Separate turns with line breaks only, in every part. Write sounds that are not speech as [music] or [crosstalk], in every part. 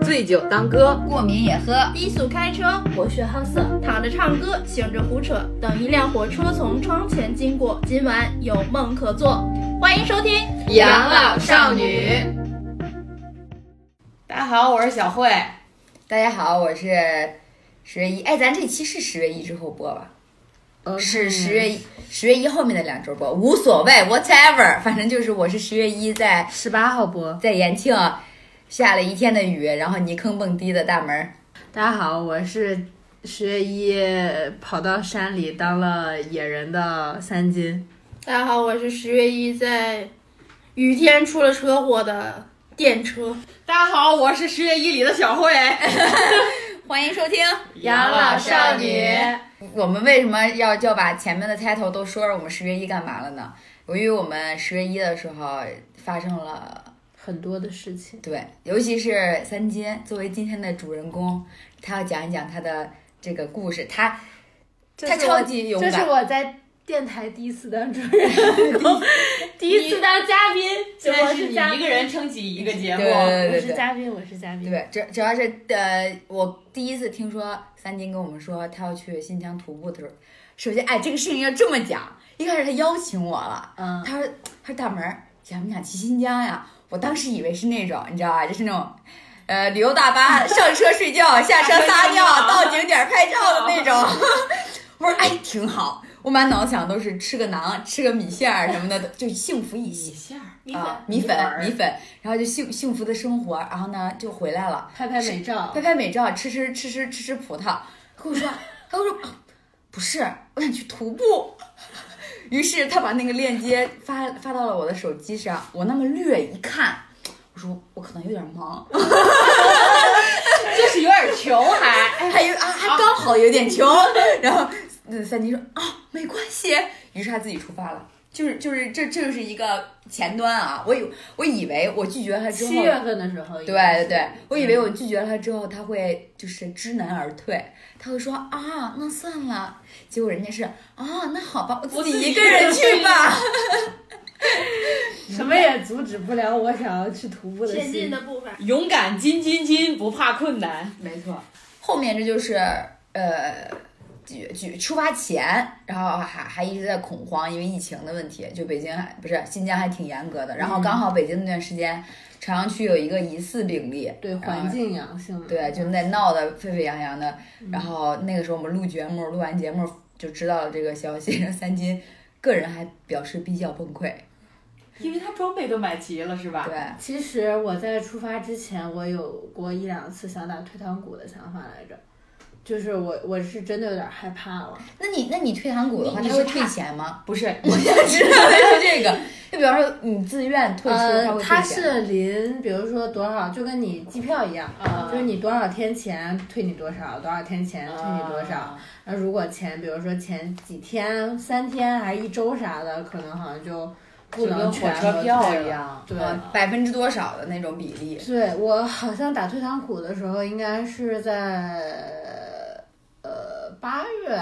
醉酒当歌，
过敏也喝。
低速开车，博学好色，躺着唱歌，醒着胡扯。等一辆火车从窗前经过，今晚有梦可做。欢迎收听《
养老少女》。
大家好，我是小慧。
大家好，我是十月一。哎，咱这期是十月一之后播吧？
呃
是
嗯
十月一，十月一后面的两周播，无所谓，whatever，反正就是我是十月一在
十八号播。
在延庆下了一天的雨，然后泥坑蹦迪的大门儿。
大家好，我是十月一跑到山里当了野人的三金。
大家好，我是十月一在雨天出了车祸的电车。
大家好，我是十月一里的小慧。
欢迎收听。
养老少女
我们为什么要就把前面的 title 都说了？我们十月一干嘛了呢？由于我们十月一的时候发生了。
很多的事情，
对，尤其是三金作为今天的主人公，他要讲一讲他的这个故事。他他超级勇
这是
敢，
我在电台第一次当主人公， [laughs] 第一次当嘉宾，
现
我
在是
是
你
嘉
一
宾
个，人撑起一个节目
对，对
我
对
是
对
嘉宾，我是嘉宾。
对，主主要是呃，我第一次听说三金跟我们说他要去新疆徒步的时候，首先哎，这个事情要这么讲，一开始他邀请我了，
嗯，
他说他说大门儿想不想去新疆呀？我当时以为是那种你知道吧，就是那种。呃，旅游大 [laughs] 巴上车睡觉，下车撒尿，哦到景点儿拍照的那种。 [laughs] 我说哎，挺好。我满脑子想都是吃个馕、吃个米线儿什么的，就幸福一些
一下
米
啊，
米
米
粉
粉、米粉，然后就幸幸福的生活。然后呢，就回来了。
拍拍美照
拍，拍美照，吃吃吃吃吃吃葡萄。跟我说，他跟我说、啊不是，我想去徒步。于是他把那个链接发发到了我的手机上，我那么略一看，我说我可能有点忙，
就是有点穷
[laughs]
还。哎
还有啊，还刚好有点穷。然后嗯三金说啊，没关系。于是他自己出发了。就是就是这这就是一个前端啊！我以我以为我拒绝他之后，
七月份的时候，
对对对，我以为我拒绝了他之后，他会就是知难而退，他会说啊，那算了。结果人家是啊，那好吧，我自
我自
己
己
一个人去吧。
什么也阻止不了我想要去徒步的
前
心
进。的步伐。
勇敢金金金，不怕困难。
没错，后面这就是呃，举举出发前，然后还还一直在恐慌，因为疫情的问题，就北京还不是新疆还挺严格的。然后刚好北京那段时间，朝阳区有一个疑似病例，
对
然后
环境阳性，
对，就那闹得沸沸扬扬的。然后那个时候我们录节目，录完节目就知道了这个消息。 [laughs] 三金个人还表示比较崩溃，
因为他装备都买齐了，是吧？
对，
其实我在出发之前，我有过一两次想打退堂鼓的想法来着，就是我我是真的有点害怕了。
那你那你退堂鼓的话，
你
他
你
会
是
退
怕
钱吗？
不是，
我就 [laughs] 知道的是这个。就比方说你自愿退出，他
呃，
会
它
退钱。
是临，比如说多少，就跟你机票一样，
啊
就是你多少天前退你多少，多少天前
嗯
退你多少。
啊？
那如果前，比如说前几天、三天还一周啥的，可能好像就不
就
能
跟火
全
车
额
票
退
一
了。
样。
对，
呃百分之多少的那种比例？
对我好像打退堂鼓的时候，应该是在呃八月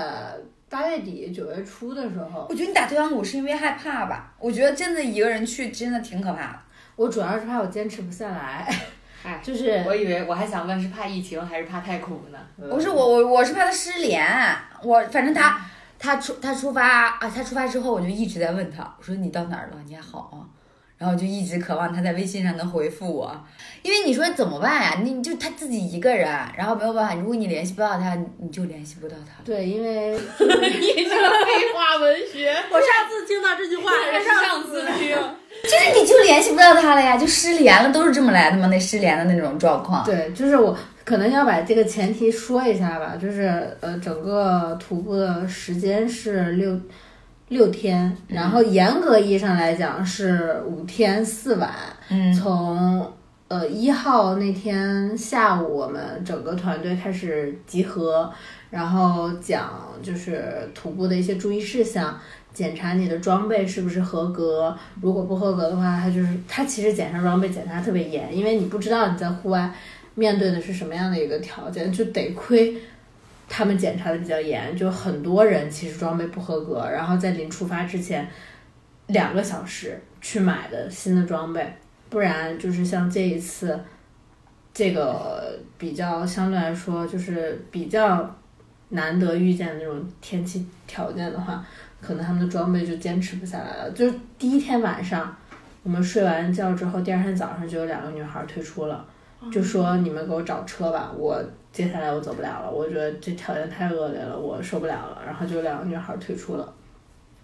八月底九月初的时候。
我觉得你打退堂鼓是因为害怕吧？我觉得真的一个人去真的挺可怕的。
我主要是怕我坚持不下来
哎，
就是
我以为我还想问是怕疫情还是怕太苦呢？
不是我我我是怕他失联，我反正他他出他出发啊，他出发之后我就一直在问他，我说你到哪儿了？你还好吗？然后我就一直渴望他在微信上能回复我，因为你说怎么办呀、你你就他自己一个人，然后没有办法，如果你联系不到他，你你就联系不到他。
对，因为
[laughs] 你这个废话文学，
我上次听到这句话还是上次听，
就是你就联系不到他了呀，就失联了，都是这么来的吗？那失联的那种状况。
对，就是我可能要把这个前提说一下吧，就是呃，整个徒步的时间是六六天，然后严格意义上来讲是五天四晚，
嗯，
从呃一号那天下午，我们整个团队开始集合，然后讲就是徒步的一些注意事项，检查你的装备是不是合格，如果不合格的话，它就是它其实检查装备检查特别严，因为你不知道你在户外面对的是什么样的一个条件，就得亏。他们检查的比较严，就很多人其实装备不合格，然后在临出发之前两个小时去买的新的装备，不然就是像这一次，这个比较相对来说就是比较难得遇见的这种天气条件的话，可能他们的装备就坚持不下来了。就是第一天晚上，我们睡完觉之后，第二天早上就有两个女孩退出了，就说你们给我找车吧，我接下来我走不了了，我觉得这条件太恶劣了，我受不了了。然后就两个女孩退出了，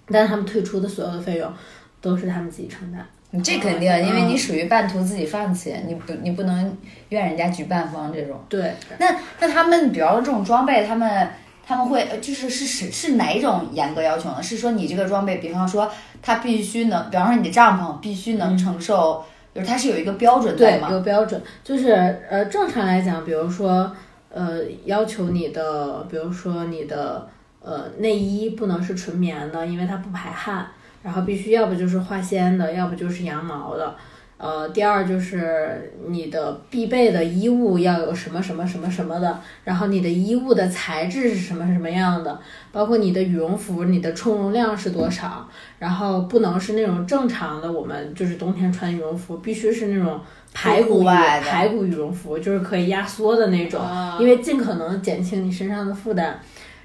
但是他们退出的所有的费用都是他们自己承担。
你这肯定，因为你属于半途自己放弃，你不你不能怨人家举办方这种。
对，
那那他们，比方说这种装备，他们他们会呃就是是是是哪种严格要求呢？是说你这个装备，比方说它必须能，比方说你的帐篷必须能承受，就是它是有一个标准在
嗯对，
吗？
有标准，就是呃，正常来讲，比如说呃，要求你的，比如说你的呃内衣不能是纯棉的，因为它不排汗，然后必须要不就是化纤的，要不就是羊毛的。呃，第二就是你的必备的衣物要有什么什么什么什么的，然后你的衣物的材质是什么什么样的，包括你的羽绒服，你的充绒量是多少，然后不能是那种正常的，我们就是冬天穿羽绒服，必须是那种排
户
骨羽啊
外的
排骨羽绒服，就是可以压缩的那种，
啊
因为尽可能减轻你身上的负担，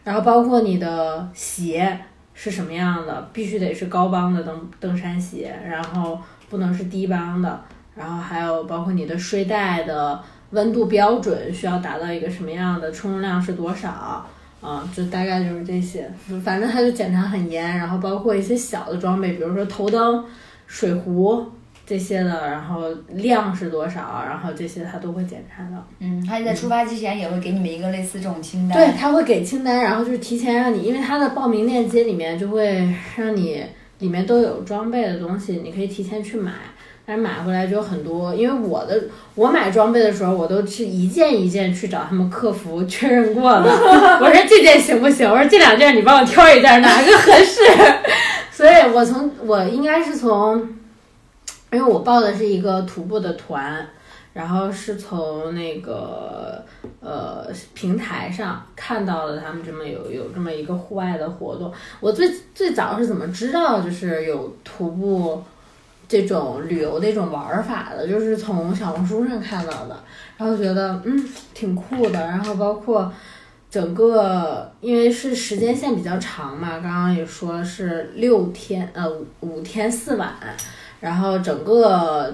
然后包括你的鞋是什么样的，必须得是高帮的登登山鞋，然后不能是低帮的，然后还有包括你的睡袋的温度标准需要达到一个什么样的，充绒量是多少啊，就大概就是这些，反正它就检查很严，然后包括一些小的装备，比如说头灯、水壶。这些的，然后量是多少，然后这些它都会检查到。
嗯，他在出发之前也会给你们一个类似这种清单。
对，他会给清单，然后就是提前让你，因为他的报名链接里面就会让你里面都有装备的东西，你可以提前去买。但是买回来就很多，因为我的我买装备的时候，我都是一件一件去找他们客服确认过的。
[laughs]
我说这件行不行？我说这两件你帮我挑一件，哪个合适？所以我从我应该是从，因为我报的是一个徒步的团，然后是从那个呃平台上看到了他们这么有有这么一个户外的活动。我最最早是怎么知道就是有徒步这种旅游的一种玩儿法的，就是从小红书上看到的，然后觉得嗯挺酷的，然后包括。整个因为是时间线比较长嘛，刚刚也说了是六天，呃五五天四晚，然后整个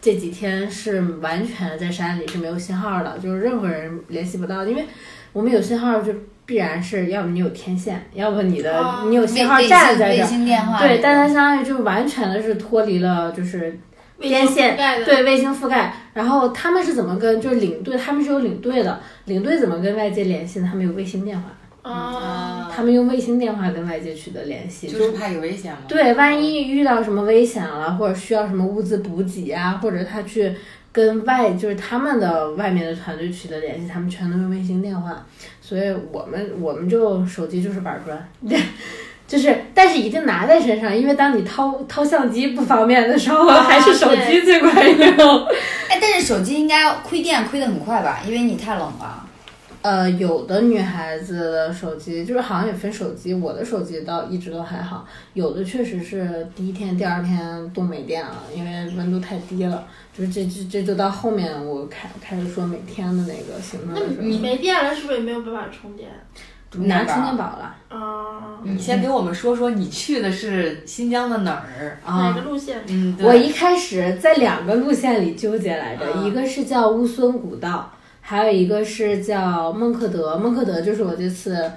这几天是完全在山里是没有信号的，就是任何人联系不到的，因为我们有信号就必然是要么你有天线，要么你的、
哦
你有
卫
信号站在
卫
这
星
儿
卫，星
啊
电话
对，
那
但它
种
相当于就完全的是脱离了就是边线
盖的
对卫星覆盖，然后他们是怎么跟就是领队，他们是有领队的，领队怎么跟外界联系呢？他们有卫星电话，
啊，
他们用卫星电话跟外界取得联系，
嗯就是怕有危险嘛。
对，万一遇到什么危险了，或者需要什么物资补给啊，或者他去跟外就是他们的外面的团队取得联系，他们全都用卫星电话，所以我们我们就手机就是板砖， [laughs] 就是但是一定拿在身上，因为当你掏掏相机不方便的时候，
啊
还是手机最管用。
哎，但是手机应该亏电亏得很快吧？因为你太冷了。
呃，有的女孩子的手机就是好像也分手机，我的手机倒一直都还好，有的确实是第一天、第二天都没电了，因为温度太低了。就是这这这就到后面我开开始说每天的那个行动
那
的
嗯
时候，
你没电了，是不是也没有办法充电
拿充电宝了
啊？
嗯你先给我们说说你去的是新疆的哪儿？
哪
啊
个？路线？
嗯，对
我一开始在两个路线里纠结来着，
啊
一个是叫乌孙古道，还有一个是叫孟克德。孟克德就是我这次。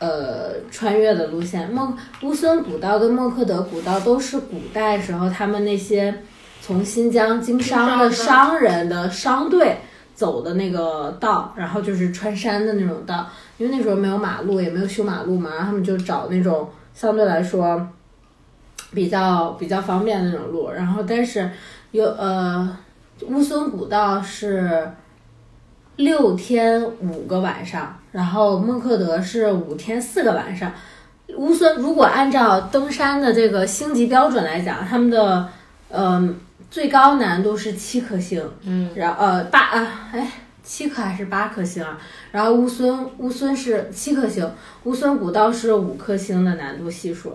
呃，穿越的路线，孟乌孙古道跟孟克德古道都是古代时候他们那些从新疆经商的
经
商人的商队走的那个道，然后就是穿山的那种道，因为那时候没有马路，也没有修马路嘛，然后他们就找那种相对来说比较比较方便的那种路，然后但是有呃乌孙古道是六天五个晚上，然后孟克德是五天四个晚上。乌孙如果按照登山的这个星级标准来讲，他们的呃嗯、最高难度是七颗星，
嗯，
然后呃八啊哎七颗还是八颗星啊？然后乌孙乌孙是七颗星，乌孙古道是五颗星的难度系数，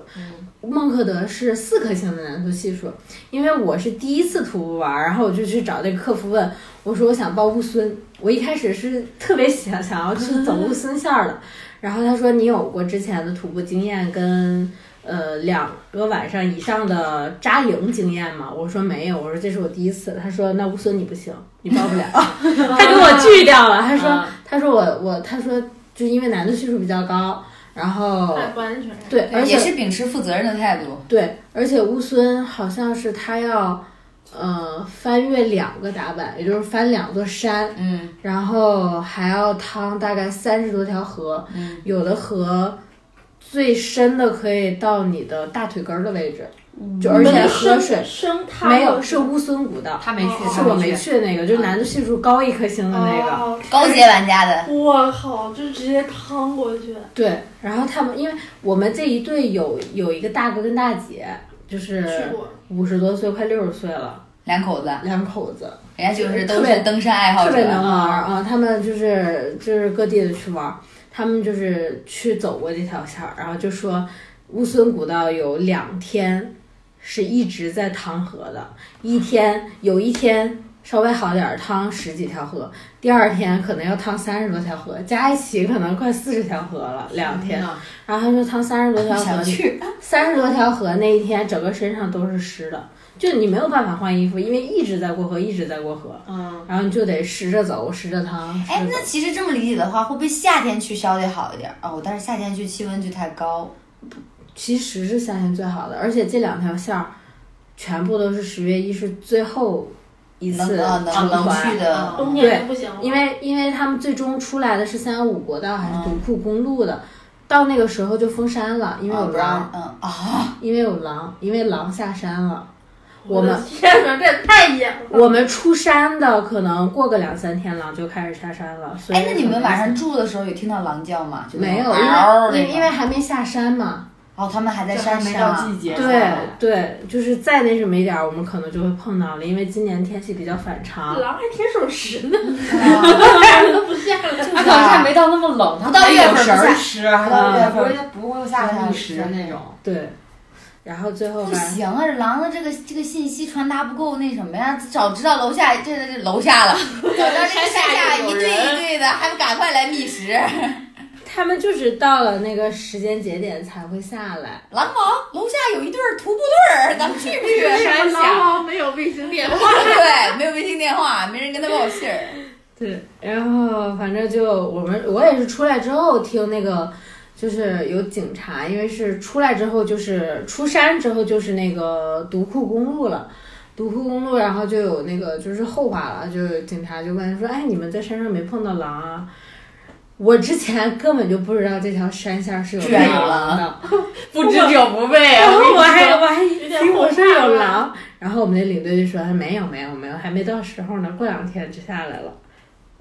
孟克德是四颗星的难度系数。因为我是第一次徒步玩儿，然后我就去找那个客服问，我说我想报乌孙，我一开始是特别想想要去走乌孙线儿的，然后他说你有过之前的徒步经验跟。呃，两个晚上以上的扎营经验吗？我说没有，我说这是我第一次。他说那乌孙你不行，你报不了。他给我拒掉了。他说，他说我我，他说就因为难度系数比较高，然后
太不安全了。
对，而
也
且
是秉持负责任的态度。
对，而且乌孙好像是他要呃翻越两个打板，也就是翻两座山，
嗯
然后还要趟大概三十多条河，
嗯，
有的河最深的可以到你的大腿根儿的位置，就而且河水
生态
没有是乌孙古道。
他没去，
哦啊
是我没去的那个，就是难度系数高一颗星的那个，
哦
高阶玩家的
我靠，就直接趟过去。
对，然后他们因为我们这一队有有一个大哥跟大姐，就是
去过
五十多岁快六十岁了，
两口子，
两口子
人家就是
特
都
别
是登山爱好
特别能
者。
玩儿啊，他们就是就是各地的去玩儿，他们就是去走过这条线儿，然后就说乌孙古道有两天是一直在趟河的，一天有一天。稍微好点儿，趟十几条河；第二天可能要趟三十多条河，加一起可能快四十条河了。两天，然后他说趟三十多条河，
想啊去，
三十多条河那一天，整个身上都是湿的，就你没有办法换衣服，因为一直在过河，一直在过河，
嗯，
然后你就得拾着走，拾着趟。拾
哎
着，走
那其实这么理解的话，会不会夏天去稍微好一点？哦，但是夏天去气温就太高。
其实是夏天最好的，而且这两条线儿全部都是十月一是最后一
能
次
啊能
出
能
团
去的，
啊
啊
冬天就不行了，
因为因为他们最终出来的是三幺五国
嗯
道还是独库公路的，到那个时候就封山了，因为
啊
有
不
狼，
让嗯啊，
因为有狼，因为狼下山了。我
我
们
的天哪，这也太野了。
我们出山的可能过个两三天了就开始下山了，所以
哎，那你们晚上
可
住的时候有听到狼叫吗？就那
能没有，
种
因
嗷儿
为因
那
为因为
种
还没下山嘛。
哦，他们还在
这还
山
没
上
到
啊，
季节，
对对，就是再那什么一点儿，我们可能就会碰到了，因为今年天气比较反常。
狼还挺守时的，
啊
都不下来。
[laughs]
他可能还没到那么冷，他
不到
没
月
有
份
食儿
不
吃，啊还
到月
不
份
会不会下来觅食那种。
对，然后最后
不
反正
行啊，狼的这个这个信息传达不够那什么呀？早知道楼下这这这楼下了，早知道这个山下一对一对的，还不赶快来觅食？
他们就是到了那个时间节点才会下来。
狼王楼下有一对儿徒步队儿，咱们去不去？
为什么狼王没有卫星电话？
对，没有微信电话，没人跟他报信儿。
对，然后反正就我们我也是出来之后听那个。就是有警察，因为是出来之后就是出山之后就是那个独库公路了，独库公路，然后就有那个就是后话了，就是警察就问说，哎，你们在山上没碰到狼啊？我之前根本就不知道这条山线是有
居然有
狼的，
[laughs] 不知者不畏
然
[laughs]
啊！
后 [laughs] 我
哎
还
我
我还
有点
听我说有
后怕
狼，然后我们的领队就说哎没有没有没有，还没到时候呢，过两天就下来了。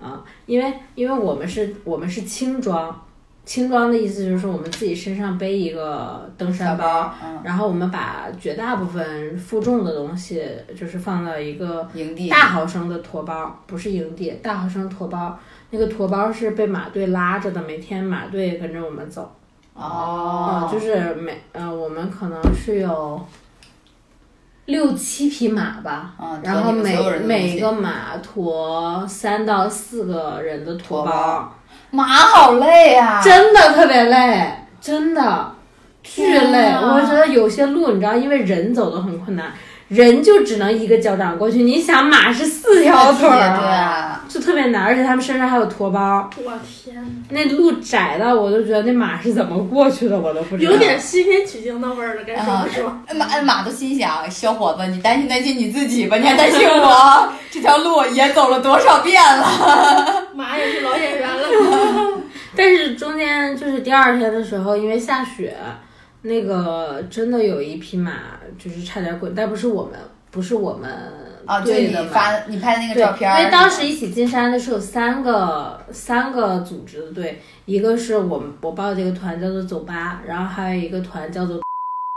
啊，因为因为我们是我们是轻装，轻装的意思就是说我们自己身上背一个登山包，，
嗯，
然后我们把绝大部分负重的东西就是放到一个
营地
大毫升的驮包，不是营地，大毫升驮包。那个驮包是被马队拉着的，每天马队跟着我们走。
哦
呃，就是每呃，我们可能是有六七匹马吧，
嗯，
然后
驮你们
每
所有人的东
每
西
个马驮三到四个人的驮
驮包，啊马好累啊，
真的特别累，真的巨
天
累。
啊
我觉得有些路你知道，因为人走都很困难，人就只能一个脚掌过去，你想马是四条腿
对
儿。
啊，
就特别难，而且他们身上还有驮包，
我天哪，
那路窄的，我都觉得那马是怎么过去的，我都不知道。
有点西天取经的味儿了，该说
啊
不说？
嗯马马都心想，小伙子，你担心担心你自己吧，你还担心我？这条路也走了多少遍了？
马也是老演员
[laughs]
了，
但是中间就是第二天的时候，因为下雪，那个真的有一匹马就是差点滚，但不是我们，不是我们
啊，就是
队
你
的马。
发你拍的那个
对，
照片儿，
因为当时一起进山的是有三个三个组织的队，一个是我们我报的这个团叫做走吧，然后还有一个团叫做，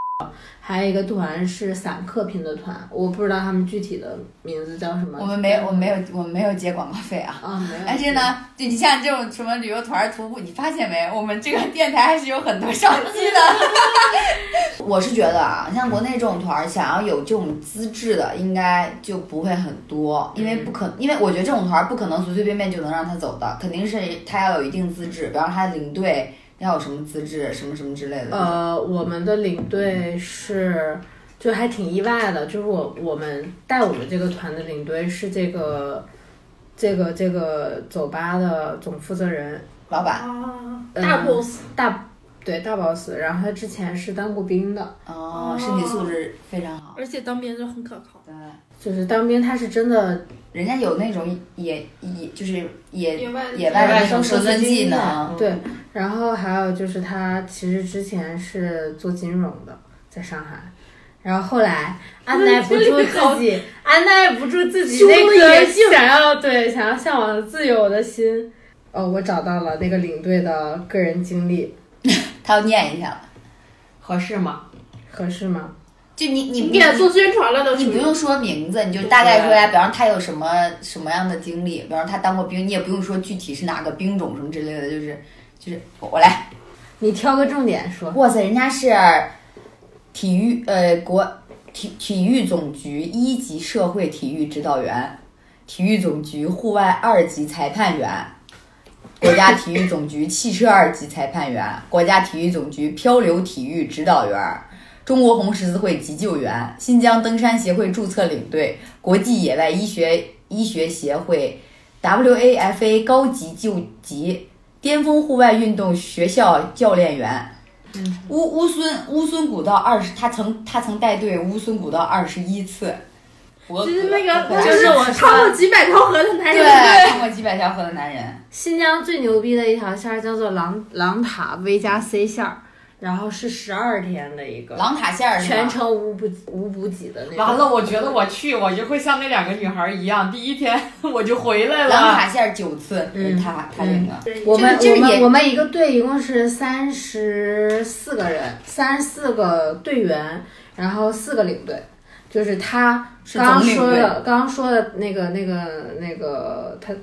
[laughs] 还有一个团是散客拼的团，我不知道他们具体的名字叫什么。
我们没有，我们没有，我们没有接广告费啊。
啊，没有。
但是，呢，就你像这种什么旅游团儿、徒步，你发现没？我们这个电台还是有很多商机的。 [laughs] 我是觉得啊，像国内这种团儿，想要有这种资质的，应该就不会很多，因为不可，因为我觉得这种团儿不可能随随便便就能让他走的，肯定是他要有一定资质，比方他领队要有什么资质，什么什么之类的。
呃，我们的领队是，就还挺意外的，就是我我们带我们这个团的领队是这个，这个这个酒吧的总负责人，
老板，
啊，
嗯
大 boss，
大对大 boss，然后他之前是当过兵的，
哦，身体素质非常好。
而且当兵就很可靠，
对，
就是当兵他是真的
人家有那种野野，就是野
野外
野外的那种
哎生
哎生
存嗯
存技
技
能
能。
对，然后还有就是他其实之前是做金融的，在上海。然后后来按耐不住自己，按耐不住自己那个想要对想要向往自由的心。哦，我找到了那个领队的个人经历，
他要念一下了。
合适吗？
合适吗？
就你你
你给他做宣传了都
你
属于
不用说名字，你就大概说呀，比方他有什么什么样的经历，比方他当过兵，你也不用说具体是哪个兵种什么之类的，就是就是我我来，
你挑个重点 [laughs] 说。
哇塞，人家是体育呃国体体育总局一级社会体育指导员，体育总局户外二级裁判员。国家体育总局汽车二级裁判员，国家体育总局漂流体育指导员，中国红十字会急救员，新疆登山协会注册领队，国际野外医学医学协会 WAFA 高级救急，巅峰户外运动学校教练员。乌乌孙乌孙古道二十，他曾他曾带队乌孙古道二十一次，就
就是那个，
就是我说
超过几百条河的男人，
对，看过几百条河的男人。
新疆最牛逼的一条线儿叫做狼狼塔 V 加 C 线儿，然后是十二天的一个，
狼塔线儿是吗
全程无补无补给的那种。
完了，我觉得我去，我就会像那两个女孩一样，第一天 [laughs] 我就回来
狼
了。
塔线儿九次，
嗯
他他领的。
对
我们
这
我
个也
们我们一个队一共是三十四个人，三十四个队员，然后四个领队，就是他
是
刚刚
总领
说
队
的，刚刚说的那个那个那个他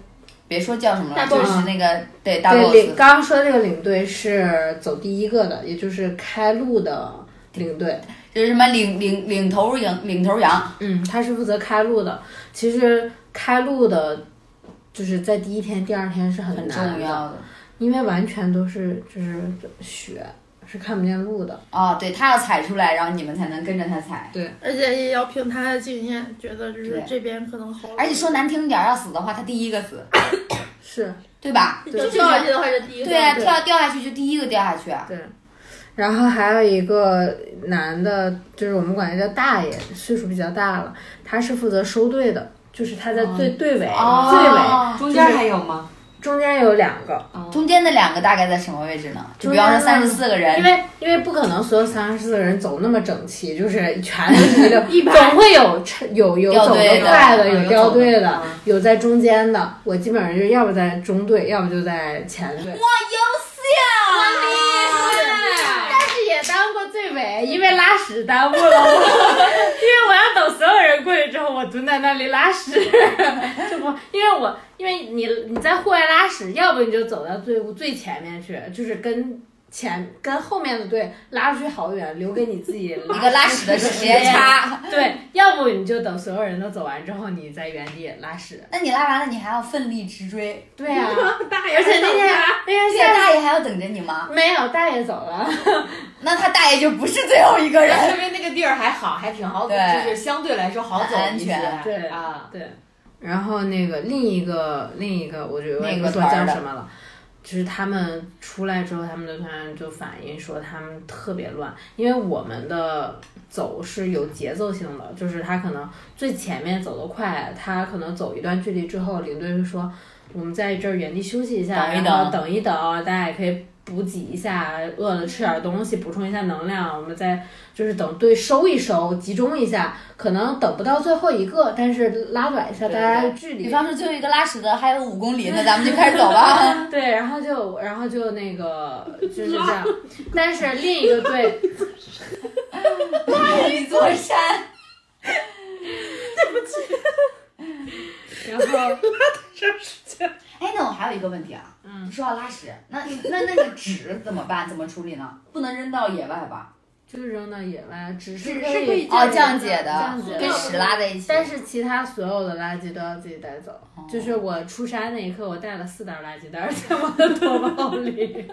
别说叫什么
大
了，就
boss
是那个对大
对领
boss，
刚刚说的那个领队是走第一个的，也就是开路的领队，
就是什么领领领头羊领头羊，
嗯，他是负责开路的。其实开路的，就是在第一天、第二天是很
很
难
重
的，
要的
因为完全都是就是雪，是看不见路的。
啊、对他要踩出来，然后你们才能跟着他踩。
而且也要凭他的经验，觉得就是
对
这边可能好。
而且说难听点儿，要死的话，他第一个死，
是，
对吧？
就掉下去的话是第一个。啊
对呀、
对
跳掉下去就第一个掉下去。啊
然后还有一个男的，就是我们管他叫大爷，岁数比较大了，他是负责收队的，就是他在队、队尾、队尾
哦，
中间还有吗？
中间有两个，
中间的两个大概在什么位置呢？就
中
比
间
方
的
说三十四个人
因，为因为不可能所有三十四个人走那么整齐，就是全都是一溜
一排
总会有趁有有
掉
走
队
得
的
快
嗯
有
有
掉
走得
队的
嗯，
有在中间的。我基本上就要不在中队，要不就在前队。
啊
但是也当过最尾，因为拉屎耽误了 [laughs] 我，因为我要等所有人过去之后，我蹲在那里拉 [laughs] 屎，就不因为我因为你你在户外拉屎，要不你就走到队伍最前面去，就是跟前跟后面的队拉出去好远，留给你自己 [laughs]
一个拉屎的直接 [laughs] 插。
对，要不你就等所有人都走完之后，你在原地拉屎。
那你拉完了，你还要奋力直追，
对啊，
大
[laughs]
爷，
而且那 [laughs] 天那天
这个
下
大爷还要等着你吗？
没有大爷走了。
那他大爷就不是最后一个人。
说明那个地儿还好，还挺好走，
对
就是相对来说好走
很
一
安
些
全。
对
啊，
对，然后那个另一个另一个，我就有
另
点
一
不
个
知道
团
叫
儿的
什么了。就是他们出来之后，他们的团员就反映说他们特别乱，因为我们的走是有节奏性的，就是他可能最前面走得快，他可能走一段距离之后，领队就说我们在这儿原地休息一下，
等一
然后
等
等一等，大家也可以补给一下，饿了吃点东西，补充一下能量，我们再就是等队收一收，集中一下，可能等不到最后一个，但是拉短一下大家的距离。
比方说最后一个拉屎的还有五公里，那咱们就开始走吧。
对，然后 [laughs] 就然后就那个就是这样，但是另一个队，
那一座山。对不起。然后，
[laughs] 哎，那我还有一个问题啊，
嗯
说到拉屎， [laughs] 那那那个纸怎么办？怎么处理呢？不能扔到野外吧？
就扔到野外，只
只
是
是
可以
可以
降
哦
解
降
解的
降解
跟屎拉在一起哦
但是其他所有的垃圾都要自己带走。就是我出山那一刻，我带了四袋垃圾袋在我的驮包里，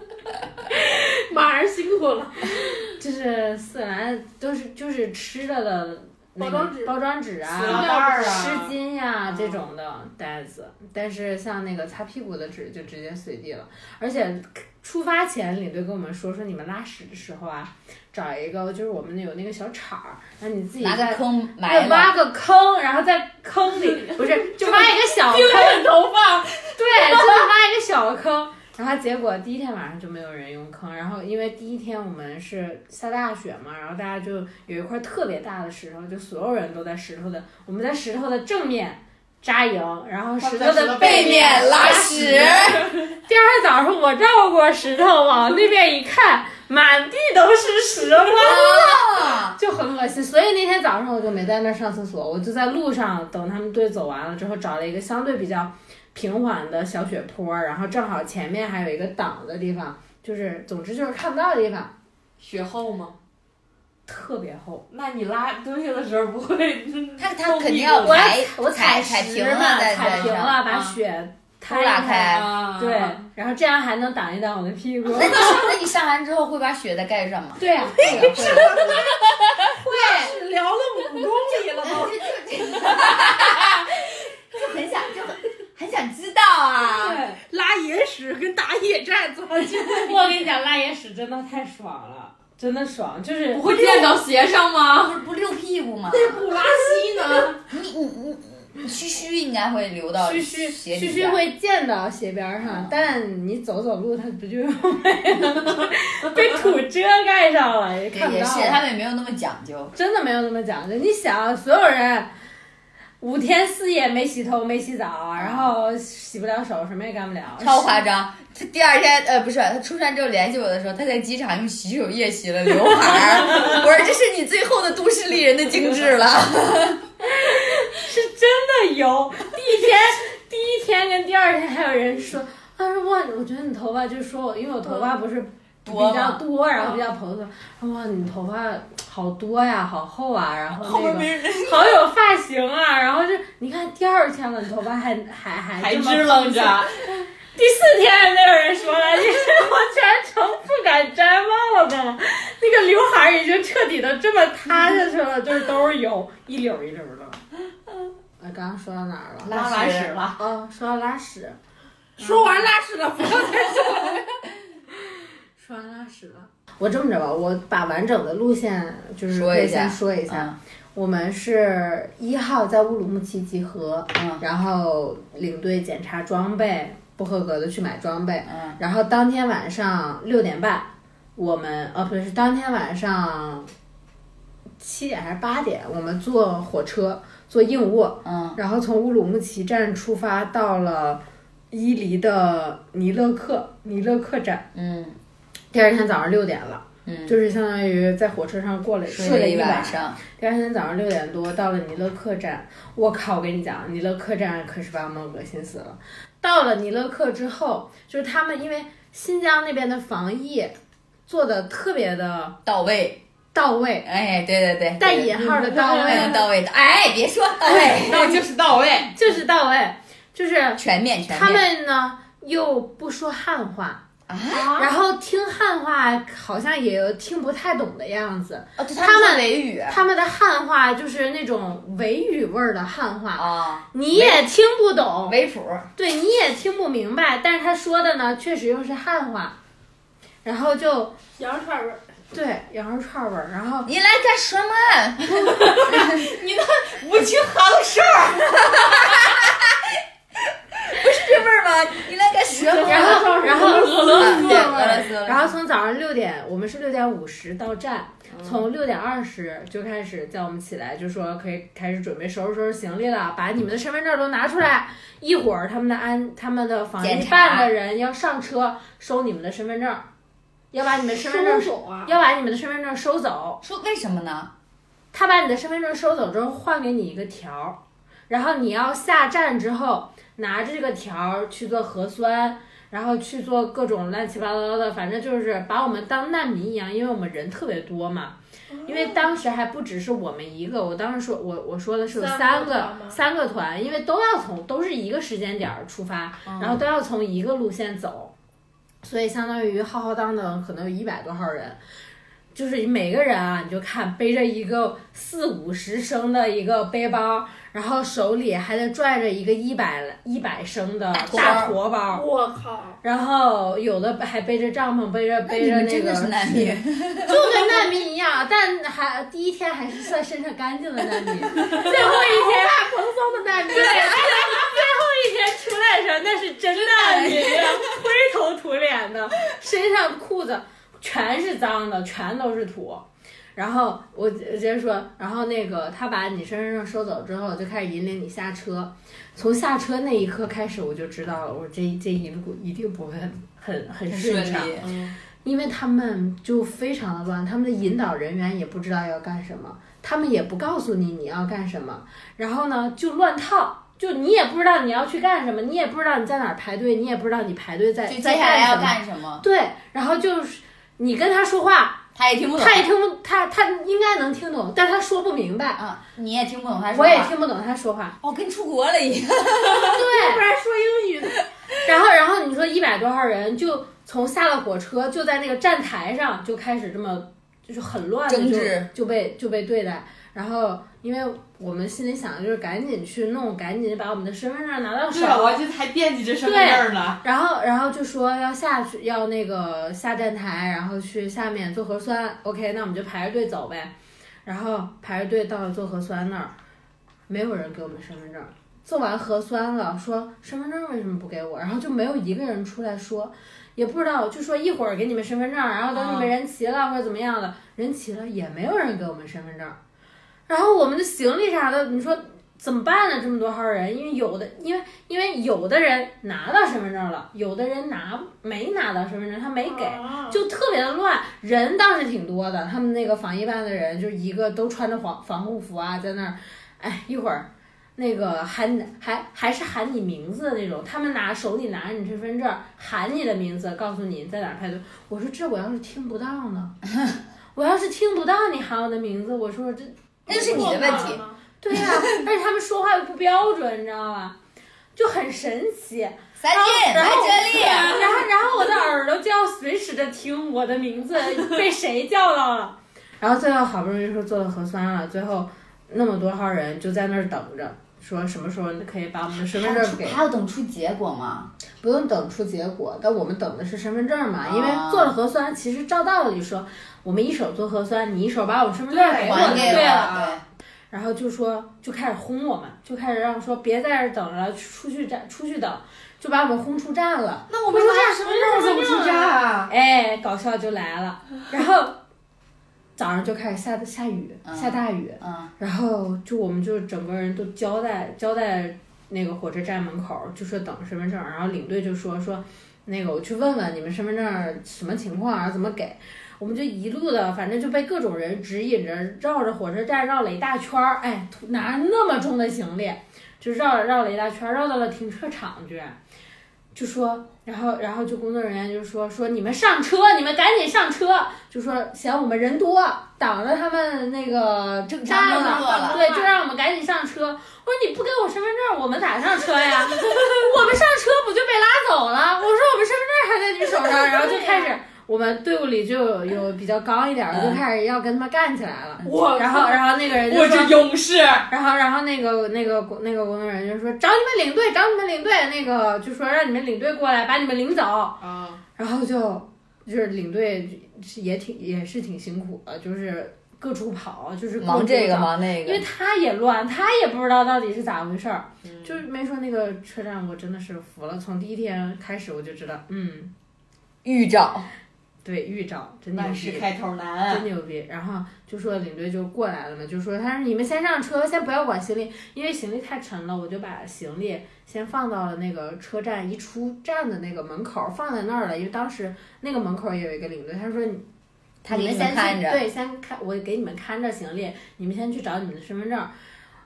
[laughs]
马儿辛苦了，
就是四篮都是就是吃了的那个
包装纸
包装纸啊、
塑料袋儿啊
湿巾呀、这种的袋子。但是像那个擦屁股的纸就直接随地了，而且。出发前，领队跟我们说说你们拉屎的时候啊，找一个就是我们有那个小铲儿，然后你自己
拿
在
个坑埋
对，
了
挖，个坑，然后在坑里 [laughs] 不是就挖一个小坑，
头发
对，就是挖一个小坑。然后结果第一天晚上就没有人用坑，然后因为第一天我们是下大雪嘛，然后大家就有一块特别大的石头，就所有人都在石头的，我们在石头的正面扎营，然后石头的
背面拉屎，
第二天早上我绕过石头往那边一看，满地都是 [laughs] 石头。
[laughs] 啊，
就很恶心，所以那天早上我就没在那儿上厕所，我就在路上等他们队走完了之后，找了一个相对比较平缓的小雪坡，然后正好前面还有一个挡的地方，就是总之就是看不到的地方，
雪厚吗？
特别厚。
那你拉东西的时候不会？
他他肯定要
我
埋，
我
踩
踩
平
实
了再
踩
再
平
上。
了，把雪摊
都拉
嗯开嗯
开
啊
对，然后这样还能挡一挡我的屁 [laughs] 股。
那你上那你上完之后会把雪再盖上
[laughs]
吗？
对啊，会的会的
是聊了五公里了吗？
[laughs] 就很想就很很想知道啊。
[laughs] 拉野屎跟打野战怎么去？
我跟你讲，拉野屎真的太爽了，真的爽，就是
不会溅到鞋上吗？
不溜屁股吗？
不拉稀呢？
你你你你须须应该会流到
须须
鞋
须
底
须
下
会溅到鞋边儿
嗯
上，但你走走路，它不就 [laughs] 被土遮盖上了，也看
对
不
也
到啊
是，
了。
他们也没有那么讲究。
真的没有那么讲究。你想，所有人五天四夜没洗头、没洗澡，然后洗不了手，什么也干不了，
超夸张！他第二天，呃，不是，他出山之后联系我的时候，他在机场用洗手液洗了刘海儿。 [laughs] 我说这是你最后的都市丽人的精致了。
是真的油。第一天， [laughs] 第一天跟第二天还有人说。他说哇，我觉得你头发就说我，因为我头
嗯
发不是
多
比较
吗？
[laughs] 多，然后比较蓬松。说哇，你头发好多呀，好厚啊，然后那个 [laughs]
人，
好有发型啊！然后就你看第二天了，你头发还还还
还
这么
支棱着。
第四天还没有人说了，因为 [laughs] 我全程不敢摘帽子了，那个刘海儿已经彻底的这么塌下去了，就是都是油，一绺一绺的。我刚刚说到哪儿了？
拉完屎了，
哦，说到拉屎，
嗯
说完拉屎了，不要再
说完拉屎了。我这么着吧，我把完整的路线就是
说
可以
一下
先说一下。
嗯
我们是一号在乌鲁木齐集合，
嗯
然后领队检查装备，不合格的去买装备，
嗯
然后当天晚上六点半，我们哦不是当天晚上七点还是八点，我们坐火车坐硬卧，
嗯，
然后从乌鲁木齐站出发到了伊犁的尼勒克尼勒克站，
嗯
第二天早上六点了，
嗯
就是相当于在火车上过了
睡
了
了一
晚
晚。上，
第二天早上六点多到了尼勒克站，我靠！我跟你讲，尼勒克站可是把我们恶心死了。到了尼勒克之后，就是他们因为新疆那边的防疫做的特别的
到位。
到位，
哎，对对对，
带引号的到
嗯
位，
到位的。哎，别说到位，
那就是到位。
就是到位，就是
全面全面。
他们呢又不说汉话，
啊，
然后听汉话好像也听不太懂的样子。
哦对
他们
说维语
他们的汉话就是那种维语味儿的汉话，
啊，
你也听不懂。
维普
对，你也听不明白，但是他说的呢，确实又是汉话，然后就
羊肉串味儿，
对羊肉串味儿，然
[laughs]
后
你来干什么？
你那不去好事儿，
是味儿吗？你来干什么？
然后然后
俄罗
啊
斯
对俄罗
了。
斯，俄罗斯
然后从早上六点，我们是六点五十到站，从六点二十就开始叫我们起来，就说可以开始准备收拾收拾行李了，把你们的身份证都拿出来。一会儿他们的安他们的防疫
检查
办的人要上车收你们的身份证，要把你们身份
收
证，
手啊！
要把你们的身份证收走。
说为什么呢？
他把你的身份证收走之后，换给你一个条儿，然后你要下站之后拿着这个条儿去做核酸，然后去做各种乱七八糟的，反正就是把我们当难民一样，因为我们人特别多嘛。因为当时还不只是我们一个，我当时说我我说的是有三
三个
个
团吗
三个团，因为都要从都是一个时间点儿出发，
嗯
然后都要从一个路线走，所以相当于浩浩荡荡可能有一百多号人，就是每个人啊，你就看背着一个四五十升的一个背包，然后手里还得拽着一个一百一百升的
驮
大
包
驮包，
我靠，
然后有的还背着帐篷，背着背
你
着
们
那
真
个
的是难民，
[laughs] 就跟难民一样，但还第一天还是算身上干净的难 [laughs] 民，最后一天
大蓬松的难民
对，最 [laughs] 后一天出来的时候，那是真难民啊，灰头土脸的，身上裤子全是脏的，全都是土。然后我直接说，然后那个他把你身份证收走之后，就开始引领你下车。从下车那一刻开始，我就知道了，我说这这一路一定不会很很很顺
顺
畅。
利。
嗯
因为他们就非常的乱，他们的引导人员也不知道要干什么，他们也不告诉你你要干什么，然后呢就乱套，就你也不知道你要去干什么，你也不知道你在哪儿排队，你也不知道你排队在
就接
在
下来要
什么
干什么，
对，然后就是你跟他说话，
他也听不懂
他。也听不他他应该能听懂，但他说不明白，
啊，你也听不懂他说
我也
话，
听不懂他说话，
哦，跟出国了一样。
对。
不然说英语的，
然后， [laughs] 然后你说一百多号人就从下了火车，就在那个站台上就开始这么就是很乱的
争
就
执
就被就被对待。然后，因为我们心里想的就是赶紧去弄，赶紧把我们的身份证拿到手
对。啊，我这还惦记着身份证呢。
然后，然后就说要下去，要那个下站台，然后去下面做核酸。OK，那我们就排着队走呗。然后排着队到了做核酸那儿，没有人给我们身份证。做完核酸了，说身份证为什么不给我？然后就没有一个人出来说，也不知道，就说一会儿给你们身份证，然后等你们人齐了、或者怎么样了，人齐了也没有人给我们身份证。然后我们的行李啥的，你说怎么办呢？这么多号人，因为有的，因为因为有的人拿到身份证了，有的人拿没拿到身份证，他没给，
啊
就特别的乱。人倒是挺多的，他们那个防疫办的人就一个都穿着防防护服啊，在那儿，哎，一会儿。那个喊还还是喊你名字的那种，他们拿手里拿着你身份证，喊你的名字，告诉你在哪儿排队。我说这我要是听不到呢，我要是听不到你喊我的名字，我说这
那是你的问题。
对
[laughs]
呀、但是他们说话又不标准，你知道吧？就很神奇。
三弟
然
来
后啊
这里，
然后然后我的耳朵就要随时的听我的名
[laughs]
字被谁叫到了。然后最后好不容易说做了核酸了，最后那么多号人就在那儿等着，说什么时候可以把我们的身份证给
还要等出结果吗？
不用等出结果，但我们等的是身份证嘛，因为
啊
做了核酸，其实照道理说，我们一手做核酸，你一手把我们身份证
对
给我
还
们，
给
对
我，对。啊
然后就说就开始轰我们，就开始让说别在这儿等了，出去站出去等，就把我们轰出站了。
那我们拿身份证怎么出站啊？
哎，搞笑就来了，然后早上就开始下下雨，
嗯
下大雨，
嗯，
然后就我们就整个人都交代交代那个火车站门口，就说等身份证，然后领队就说说那个我去问问你们身份证什么情况，然后啊怎么给。我们就一路的，反正就被各种人指引着，绕着火车站绕了一大圈儿，哎，突拿那么重的行李，就绕绕了一大圈儿，绕到了停车场，居然就说，然后然后就工作人员就说说你们上车，你们赶紧上车，就说嫌我们人多，挡着他们那个
正常
站
工
了
作，了，
对，就让我们赶紧上车。我说你不给我身份证，我们咋上车呀？ [laughs] 我们上车不就被拉走了？我说我们身份证还在你手上，然后就开始我们队伍里就有有比较刚一点的，
嗯
就开始要跟他们干起来了。
我
然后，然后那个人就
我
说
这，勇士，
然后，然后那个那个那个工作人员就说找你们领队，找你们领队，那个就说让你们领队过来把你们领走。
啊，
然后就就是领队是也挺也是挺辛苦的，就是各处跑，就是各
忙
处
这个
找
忙那
因为
个，
他也乱，他也不知道到底是咋回事儿。
嗯
就是没说那个车站，我真的是服了。从第一天开始我就知道，嗯，
预兆
对，预兆，真牛
万事
逼。
开头难
真。牛逼！然后就说领队就过来了嘛，就说哎他说你们先上车，先不要管行李，因为行李太沉了，我就把行李先放到了那个车站一出站的那个门口，放在那儿了。因为当时那个门口也有一个领队，他说你
他
你
给
们
你
先
们
去
看着，
对，先看我给你们看着行李，你们先去找你们的身份证。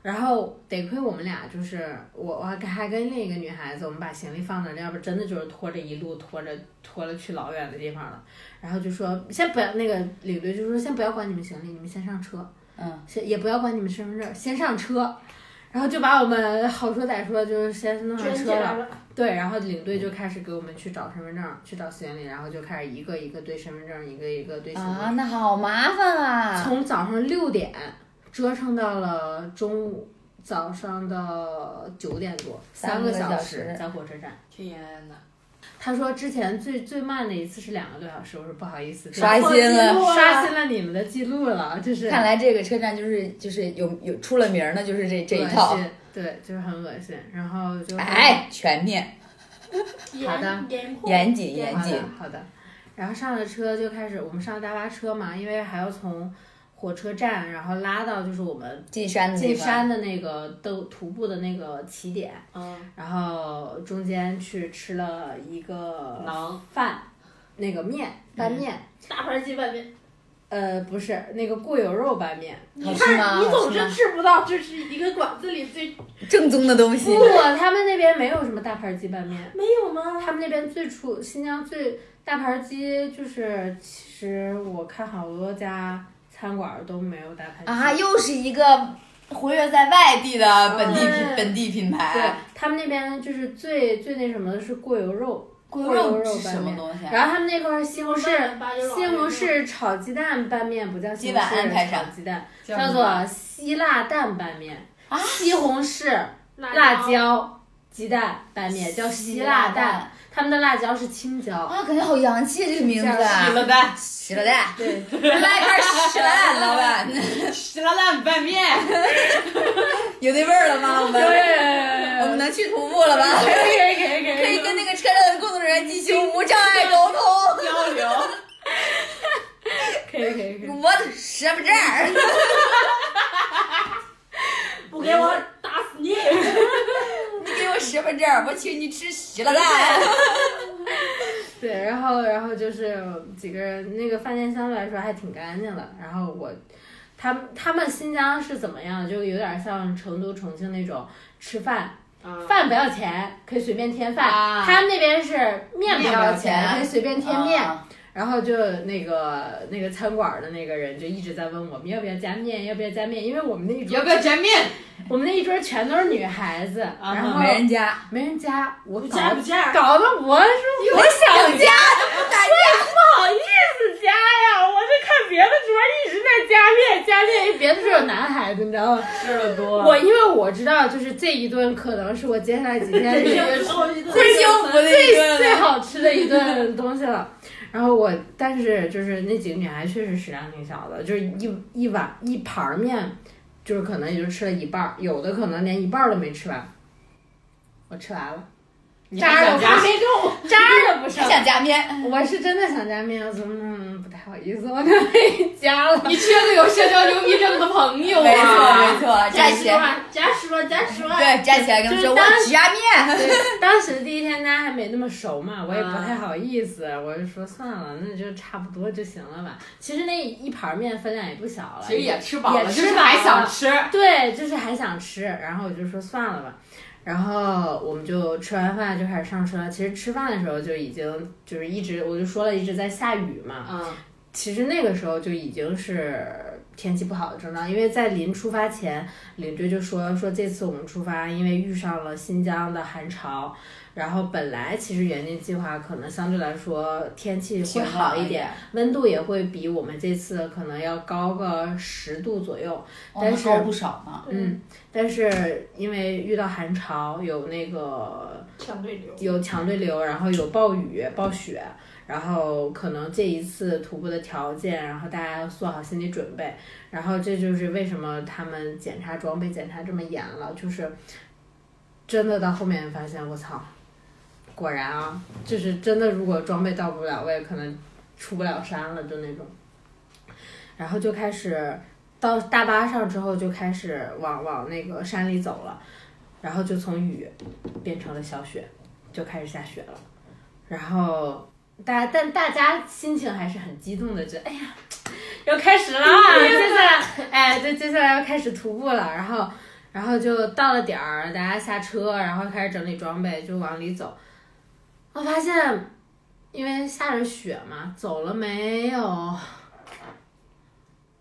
然后得亏我们俩就是我，我还跟还跟另一个女孩子，我们把行李放那儿，要不真的就是拖着一路拖着拖了去老远的地方了。然后就说先不要那个领队就说先不要管你们行李，你们先上车，
嗯，
先也不要管你们身份证，先上车。然后就把我们好说歹说就是先弄上
卷起
车了
来，了，
对，然后领队就开始给我们去找身份证，去找行李，然后就开始一个一个对身份证，一个一个对行李。
啊，那好麻烦啊，
从早上六点折腾到了中午，早上的九点多，
三
三
个
个小
小
时
时
在火车站。
天哪！
他说之前最最慢的一次是两个多小时，我说不好意思，
刷
这
新了。
刷新了你们的记录了，就是
看来这个车站就是就是有有出了名儿的，就是这这一
恶
套，
心，对，就是很恶心。然后就
哎，全面
好的
严严控
严谨
好
严
的
谨，
好的。然后上了车就开始，我们上大巴车嘛，因为还要从火车站，然后拉到就是我们
进山的地
进
方，
山的那个都徒步的那个起点。
嗯，
然后中间去吃了一个
能
饭，那个面拌面，
大盘鸡拌面，
呃，不是那个过油肉拌面，
好
你
吃吗
看 [laughs] 你总
好吃吗
是吃不到，这是一个馆子里最
正宗的东西
不，，他们那边没有什么大盘鸡拌面，
没哎有吗？
他们那边最出新疆最大盘鸡就是，其实我看好多家餐馆都没有大盘鸡
啊，又是一个活跃在外地
嗯
的本地品
对
本地品
对
牌，
他们那边就是最最那什么的是过油肉，过
锅
油
肉
肉
是什
拌
么
面。
东西啊？
然后他们那块儿西红柿，
八九老
西红
人
柿炒鸡蛋拌面不叫西
鸡
红
晚安开
柿炒
场
鸡蛋，叫做希腊蛋拌面。
啊
西红柿、
辣
辣椒、鸡蛋拌面叫希腊蛋，
蛋
他们的辣椒是青椒。
啊，感觉好洋气啊这个名字啊
洗，了蛋，
洗了蛋， [laughs]
对， [laughs]
来一盘洗了蛋，老板，
洗了蛋拌面， [laughs]
有那味儿了吗？我们我们能去徒步了吧？
可以可以可以可以
可以跟那个车站的工作人员进行无障碍沟通。
交流。
可以可以可以。
我的身份证儿，
不给我打死你！
你给我身份证儿，我请你吃席了蛋。
对，然后然后就是几个人，那个饭店相对来说还挺干净的。然后我，他们他们新疆是怎么样的？就有点像成都、重庆那种吃饭，
嗯
饭不要钱，可以随便添饭。
啊
他们那边是面不
面不要
要
钱
可以随便添面。
嗯
啊
然后就那个那个餐馆的那个人就一直在问我们要不要加面，要不要加面，因为我们那一桌
要不要沾面？
我们那一桌全都是女孩子，然后
啊没人加，
没人加，我搞
加不加？
搞得我说我想加。
不敢加。
不好意思加呀，我就看别的桌一直在加面加
[laughs]
面，因为别的桌有男孩子，你知道吗？
吃的
啊
多
我因为我知道，就是这一顿可能是我接下来几
[laughs]
天里面
最幸福的一
最
顿
最
了。
好吃的一顿东西了。然后我，但是就是那几个女孩确实食量挺小的，就是一一碗一盘儿面，就是可能也就吃了一半儿，有的可能连一半儿都没吃完。我吃完了，
你还
渣儿
想
都
加
还？没动，渣儿都不剩
还。想加面，
我是真的想加面，我怎么嗯不太好意思，我就没加了。 [laughs]
你缺个有社交牛逼症的朋友啊！
没错没错，
加
站起
十
来，
万，加十万，加十万！
对，站起来跟他们说
就是当
我加面。
对，当时第一天大家还没那么熟嘛，我也不太好意思，我就说算了，那就差不多就行了吧。其实那一盘面分量也不小了，
其实也吃饱了，
也
就
吃
是
饱
还想
了
吃。
对，就是还想吃，然后我就说算了吧。然后我们就吃完饭就开始上车。其实吃饭的时候就已经就是一直我就说了一直在下雨嘛，
嗯，
其实那个时候就已经是天气不好的征兆，因为在临出发前，领队就说说这次我们出发，因为遇上了新疆的寒潮，然后本来其实原定计划可能相对来说天气会好一点，，温度也会比我们这次可能要高个十度左右，但是
哦那高不少呢。
嗯，但是因为遇到寒潮，有那个
强对流，
有强对流，然后有暴雨、暴雪，然后可能这一次徒步的条件，然后大家要做好心理准备。然后这就是为什么他们检查装备检查这么严了，就是真的到后面发现，我操，果然啊，就是真的，如果装备到不了位，可能出不了山了，就那种。然后就开始到大巴上之后，就开始往往那个山里走了，然后就从雨变成了小雪，就开始下雪了。然后大家，但大家心情还是很激动的，觉得哎呀，要开始 [laughs] 啦！接下来，哎，对，接下来要开始徒步了。然后，然后就到了点儿，大家下车，然后开始整理装备，就往里走。我发现，因为下着雪嘛，走了没有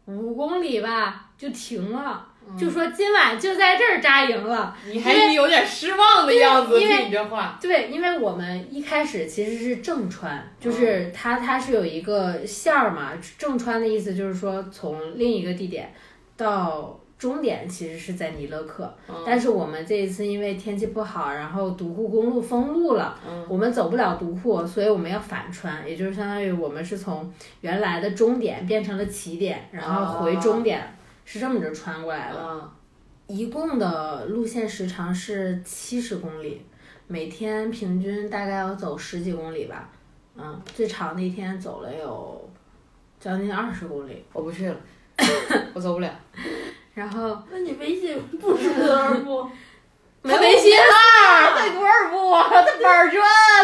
五公里吧，就停了，就说今晚就在这儿扎营了。
你还有点失望的样子，
因为
听你这话，
对，因为我们一开始其实是正穿，就是它它是有一个线儿嘛，正穿的意思就是说从另一个地点到终点其实是在尼勒克，但是我们这一次因为天气不好，然后独库公路封路了，我们走不了独库，所以我们要反穿，也就是相当于我们是从原来的终点变成了起点，然后回终点，是这么着穿过来的。
嗯，
一共的路线时长是七十公里，每天平均大概要走十几公里吧。嗯，最长的一天走了有将近二十公里。
我不去了，我走不了。
然后
那你微信不是格尔 [laughs] 布？
没微信
他在多少步啊？他板砖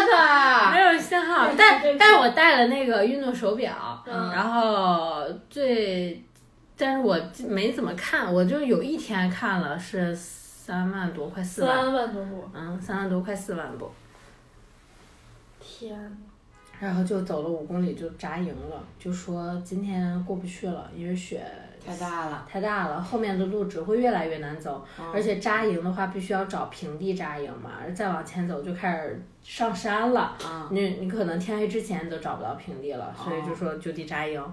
他。
没有信号，但但是我带了那个运动手表，
嗯
然后最，但是我没怎么看，我就有一天看了是三万多，快四万，
三万多步，
嗯，三万多快四万步。
天呐，
然后就走了五公里就扎营了，就说今天过不去了，因为雪
太大了，
太大了，后面的路只会越来越难走，而且扎营的话必须要找平地扎营嘛，而再往前走就开始上山了，
啊，
你你可能天黑之前都找不到平地了，所以就说就地扎营。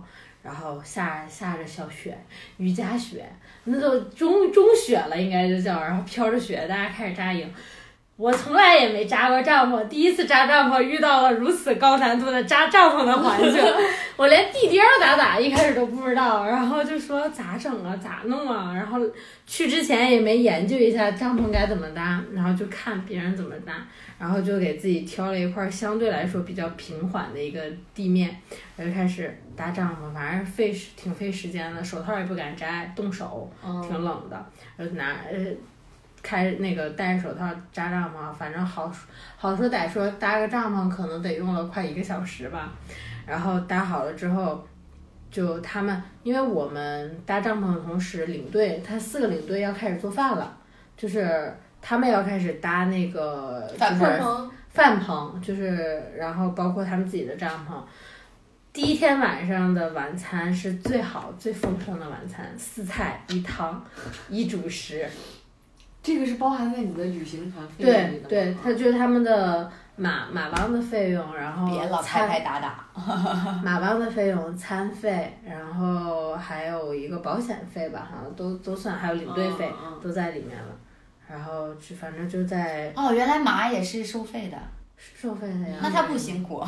然后下下着小雪，瑜伽雪，那都中中雪了，应该就叫，然后飘着雪，大家开始扎营。我从来也没扎过帐篷，第一次扎帐篷遇到了如此高难度的扎帐篷的环境，我连地钉儿咋打一开始都不知道，然后就说咋整啊，咋弄啊，然后去之前也没研究一下帐篷该怎么搭，然后就看别人怎么搭，然后就给自己挑了一块相对来说比较平缓的一个地面，然后就开始搭帐篷，反正费时挺费时间的，手套也不敢摘，冻手。
嗯，
挺冷的，呃拿呃开那个戴手套扎帐篷，反正好说好说歹说搭个帐篷可能得用了快一个小时吧，然后搭好了之后。就他们，因为我们搭帐篷的同时，领队他四个领队要开始做饭了，就是他们要开始搭那个
饭
就是
换成
饭棚，就是然后包括他们自己的帐篷。第一天晚上的晚餐是最好、最丰盛的晚餐，四菜一汤一主食。
这个是包含在你的旅行团费用里
对
的
对，
吗
他就是他们的马马帮的费用，然后
别老拍
餐 [laughs]
拍打打，
马帮的费用、餐费，然后还有一个保险费吧，好像都都算，还有领队费、
嗯嗯
都在里面了。然后就反正就在
哦，原来马也是收费的，
是收费的呀，
那他不辛苦，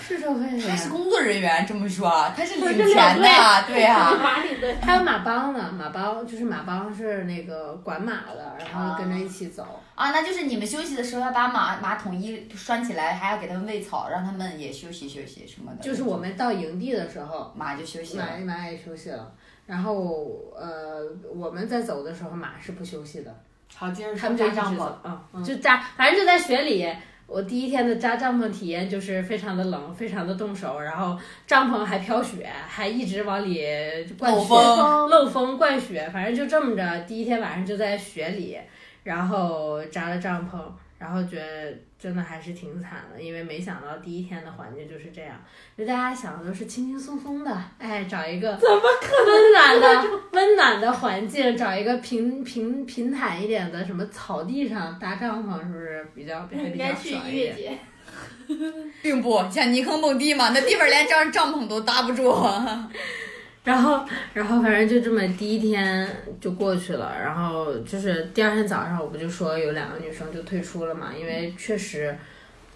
是收费的呀，
他是工作人员，这么说啊他是领
这是
钱的
两，
对 [laughs] 啊。
马里队，
还有马帮呢，马帮就是马帮是那个管马的，然后跟着一起走。
啊，那就是你们休息的时候要把马马桶一拴起来，还要给他们喂草，让他们也休息休息什么的。
就是我们到营地的时候，
马就休息了
马马也休息了。然后呃，我们在走的时候，马是不休息的，
好，接着
他
说
们就一
扎
直
帐
走
篷。
啊、
嗯
就扎，反正就在雪里。我第一天的扎帐篷体验就是非常的冷，非常的冻手，然后帐篷还飘雪，还一直往里灌
漏
雪，
风
漏风灌雪，反正就这么着。第一天晚上就在雪里，然后扎了帐篷，然后觉得真的还是挺惨的，因为没想到第一天的环境就是这样。就大家想的都是轻轻松松的，哎，找一个怎么可温暖的温暖的环境，找一个平平平坦一点的什么草地上搭帐篷，是不是比较还
应
比较
该去
爽
音
一
乐
点？
节。
并不像泥坑蹦迪嘛，那地方连张帐篷都搭不 [laughs] 住。
然后，然后反正就这么第一天就过去了。然后就是第二天早上，我不就说有两个女生就退出了嘛，因为确实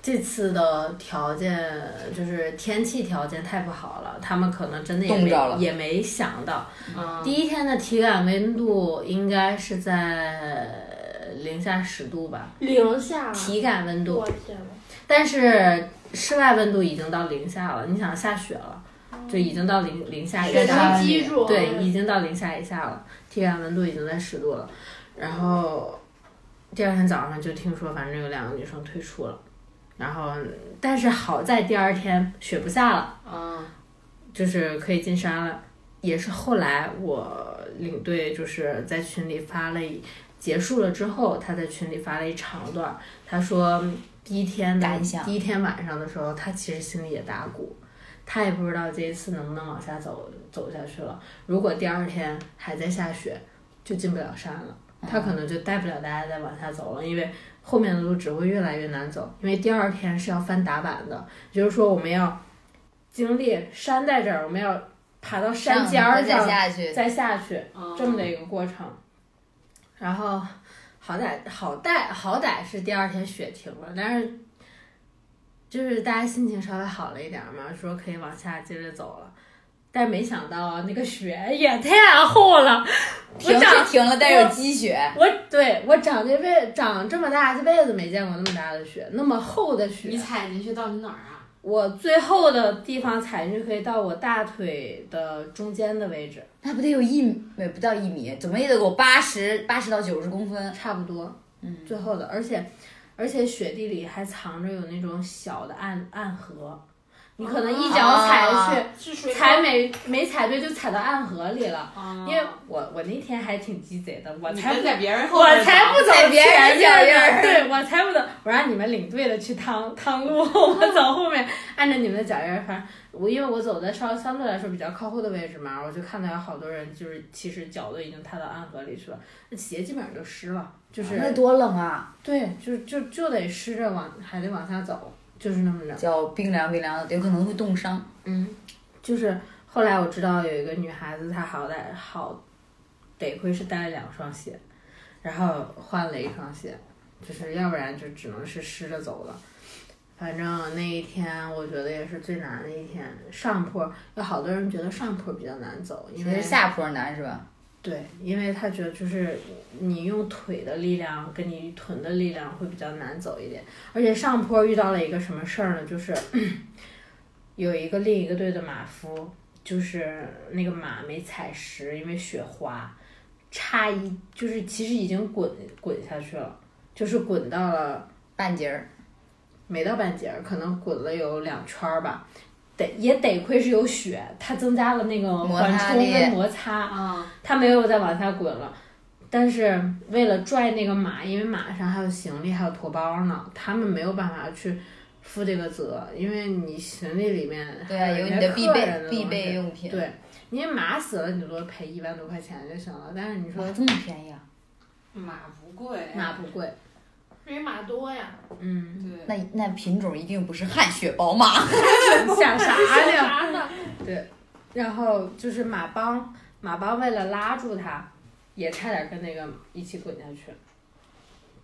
这次的条件就是天气条件太不好了，她们可能真的也
冻着了
没也没想到。
嗯，
第一天的体感温度应该是在零下十度吧，
零下，
体感温度。
我天呐，
但是室外温度已经到零下了，你想下雪了，就已经到零零下一
雪
下
能
了，
积住，
对，已经到零下以下了，体感温度已经在十度了。然后第二天早上就听说，反正有两个女生退出了。然后，但是好在第二天雪不下了，
嗯，
就是可以进山了。也是后来我领队就是在群里发了一，结束了之后，他在群里发了一长段儿，他说第一天的
感想
第一天晚上的时候，他其实心里也打鼓，他也不知道这一次能不能往下走走下去了。如果第二天还在下雪，就进不了山了，他可能就带不了大家再往下走了，因为后面的路只会越来越难走，因为第二天是要翻打板的，也就是说我们要经历山在这儿，我们要爬到山尖儿
再
上
下去，
再下去，
嗯
这么的一个过程。然后好歹好歹好歹是第二天雪停了，但是就是大家心情稍微好了一点嘛，说可以往下接着走了。但没想到啊那个雪也太厚了，我
停
长
是停了，但是有积雪，
我对我长这辈长这么大这辈子没见过那么大的雪，那么厚的雪。
你踩进去到底哪儿啊？
我最厚的地方踩进去可以到我大腿的中间的位置，
那不得有一米，没不到一米，怎么也得给我八十八十到九十公分。
差不多。
嗯，
最后的，而且而且雪地里还藏着有那种小的暗暗河，你可能一脚踩下去，
是水
踩没没踩对就踩到暗河里了。
啊
嗯因为我我那天还挺鸡贼的，我
你
才
跟
不
在别人后
我
面
才不走
踩别人
前面
脚印
呢
儿
对我才不走，我让你们领队的去趟趟路，我走后面按着你们的脚印儿，反正我因为我走的稍相对来说比较靠后的位置嘛，我就看到有好多人就是其实脚都已经踏到暗河里去了，那鞋基本上就湿了，就是
那多冷啊，
对，就就就得湿着往，还得往下走，就是那么着。
脚冰凉冰凉的，有可能会冻伤。
嗯，就是后来我知道有一个女孩子，她好歹好，得亏是带了两双鞋，然后换了一双鞋，就是要不然就只能是湿着走了。反正那一天我觉得也是最难的一天，上坡有好多人觉得上坡比较难走，
其
因为
实下坡难是吧？
对，因为他觉得就是你用腿的力量跟你臀的力量会比较难走一点，而且上坡遇到了一个什么事儿呢？就是 [clears throat] 有一个另一个队的马夫，就是那个马没踩实，因为雪滑，差一就是其实已经滚滚下去了，就是滚到了。
半截儿，
没到半截儿，可能滚了有两圈儿吧。得也得亏是有雪，它增加了那个
摩
缓
擦
冲
力
跟摩擦，
啊，
它没有再往下滚了。但是为了拽那个马，因为马上还有行李，还有驮包呢，他们没有办法去负这个责，因为你行李里面
对
还
啊，有
人
你
家
的必
客人
备
的
必
东
备
西。
用品。
对，你马死了，你多赔一万多块钱就行了。但是你说
哇，这么便宜啊？
马不贵，
马不贵，
因为马多呀，
嗯， [laughs]
对，
那那品种一定不是汗血宝马。
想啥呢？
啥的，
然后就是马帮，马帮为了拉住他，也差点跟那个一起滚下去，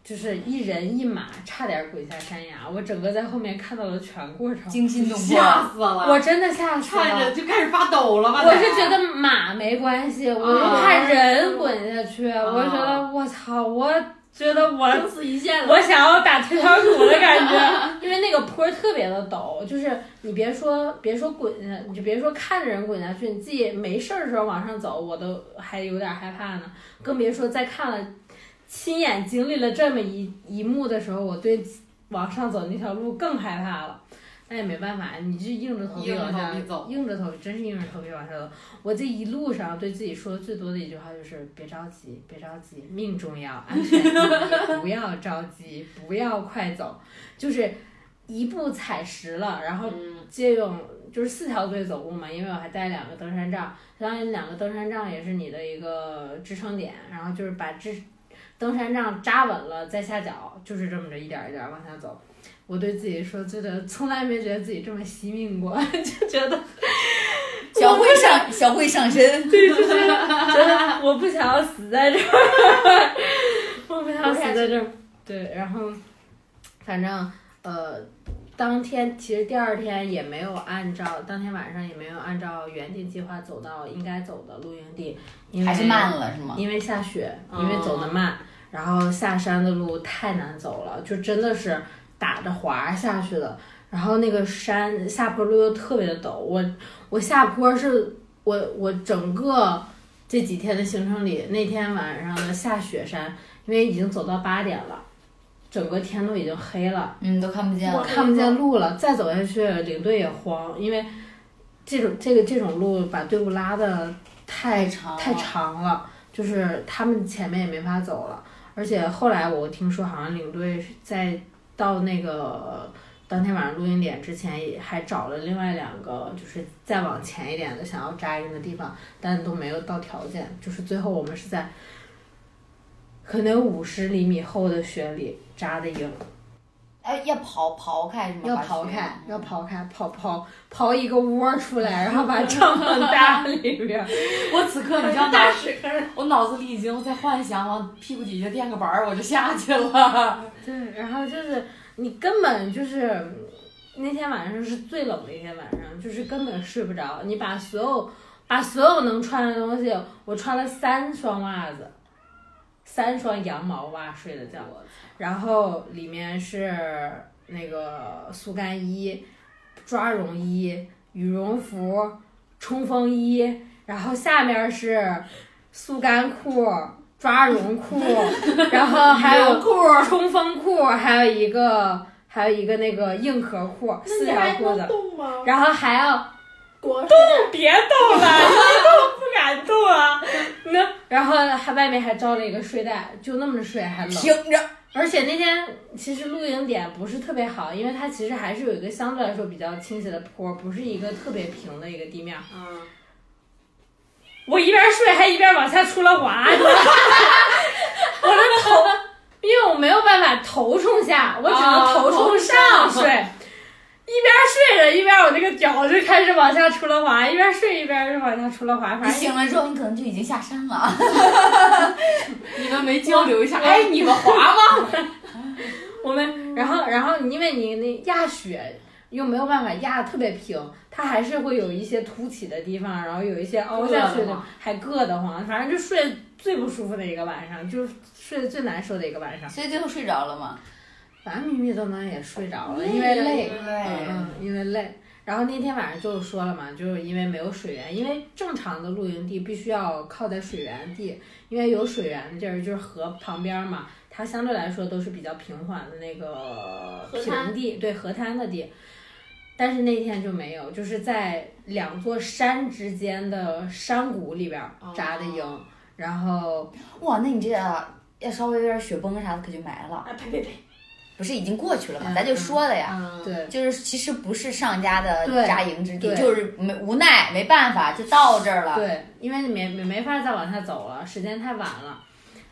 就是一人一马差点滚下山崖。我整个在后面看到了全过程，
惊心动魄，
吓死了，
我真的吓死
看着
了。
就开始发抖了吧？
我是觉得马没关系，我就怕人滚下去，我就觉得我操，我觉得
[laughs]
我
生死一线了。
我想要打退堂鼓的感 [laughs] 觉，因为那个坡特别的陡，就是你别说别说滚下，你就别说看着人滚下去，你自己没事儿的时候往上走，我都还有点害怕呢，更别说再看了亲眼经历了这么一一幕的时候，我对往上走那条路更害怕了。那也没办法，你就硬着头皮
硬着
往下
头皮走
硬着头皮，真是硬着头皮往下走。我这一路上对自己说的最多的一句话就是：别着急，别着急，命重要，安全第一，不要着急，不要快走，就是一步踩实了，然后
嗯，
借用就是四条腿走路嘛，因为我还带两个登山杖，相当于两个登山杖也是你的一个支撑点，然后就是把支登山杖扎稳了再下脚，就是这么着一点儿一点儿往下走。我对自己说，觉得从来没觉得自己这么惜命过， [laughs] 就觉得
小慧上小慧上身，
对，就是觉得 [laughs] 我不想要死在这儿， [laughs] 我不想要死在这儿。对，然后反正呃，当天其实第二天也没有按照当天晚上也没有按照原定计划走到应该走的露营地，因为
还是慢了是吗？
因为下雪，
嗯
因为走得慢，然后下山的路太难走了，就真的是打着滑下去的。然后那个山下坡路又特别的陡，我我下坡是我我整个这几天的行程里，那天晚上的下雪山，因为已经走到八点了，整个天都已经黑了。
嗯，都看不见
我
了。
看不见路了，再走下去领队也慌，因为这种这个这种路把队伍拉的太
太长了
太长了，就是他们前面也没法走了。而且后来我听说，好像领队是在到那个当天晚上录音点之前，也还找了另外两个，就是再往前一点的想要扎营的地方，但都没有到条件。就是最后我们是在可能五十厘米厚的雪里扎的营。
哎，要刨刨开是吗？
要
把
刨
雪
开，要刨开，刨刨刨一个窝儿出来，然后把帐 [laughs] 篷搭里边儿。
我此刻你知道脑 [laughs] 屎坑，我脑子里已经在幻想往屁股底下垫个板儿，我就下去了。
对，然后就是你根本就是那天晚上是最冷的一天晚上，就是根本睡不着。你把所有把所有能穿的东西，我穿了三双袜子，三双羊毛袜睡的觉，然后里面是那个速干衣、抓绒衣、羽绒服、冲锋衣，然后下面是速干裤。抓绒裤，然后还有
裤，
冲锋裤，还有一个还有一个那个硬壳裤，四条裤子，
动吗？
然后还要
果
[laughs] 别动了，你都不敢动啊！那 [laughs] 然后还外面还罩了一个睡袋，就那么睡还冷。
挺着，
而且那天其实露营点不是特别好，因为它其实还是有一个相对来说比较倾斜的坡，不是一个特别平的一个地面。
嗯，
我一边睡还一边往下出了滑，我的头，因为我没有办法头冲下，我只能
啊
头冲上睡。一边睡着，一边我这个脚就开始往下出了滑，一边睡一边就往下出了滑，
你
反正
醒了之后，你可能就已经下山了。
你们没交流一下？哎，你们滑吗？
我们，然后然后因为你那压雪又没有办法压得特别平，它还是会有一些凸起的地方，然后有一些凹下去
硌得
的
慌，
还硌得慌，反正就睡最不舒服的一个晚上，就是睡得最难受的一个晚上。
所以最后睡着了吗？
反正迷迷瞪瞪也睡着了，
累
因为累，
了
嗯嗯，因为累。然后那天晚上就说了嘛，就是因为没有水源，因为正常的露营地必须要靠在水源地，因为有水源的地儿就是河旁边嘛，它相对来说都是比较平缓的那个
河滩
平地，对河滩的地。但是那天就没有，就是在两座山之间的山谷里边儿
哦
扎的营，然后
哇，那你这要稍微有点雪崩啥的，可就埋了。
啊呸呸呸！
不是已经过去了吗？
嗯
咱就说了呀，
[laughs] 嗯，
对，
就是其实不是上家的
对
扎营之地，
对
就是没无奈没办法，就到这儿了。
对，因为没没没法再往下走了，时间太晚了，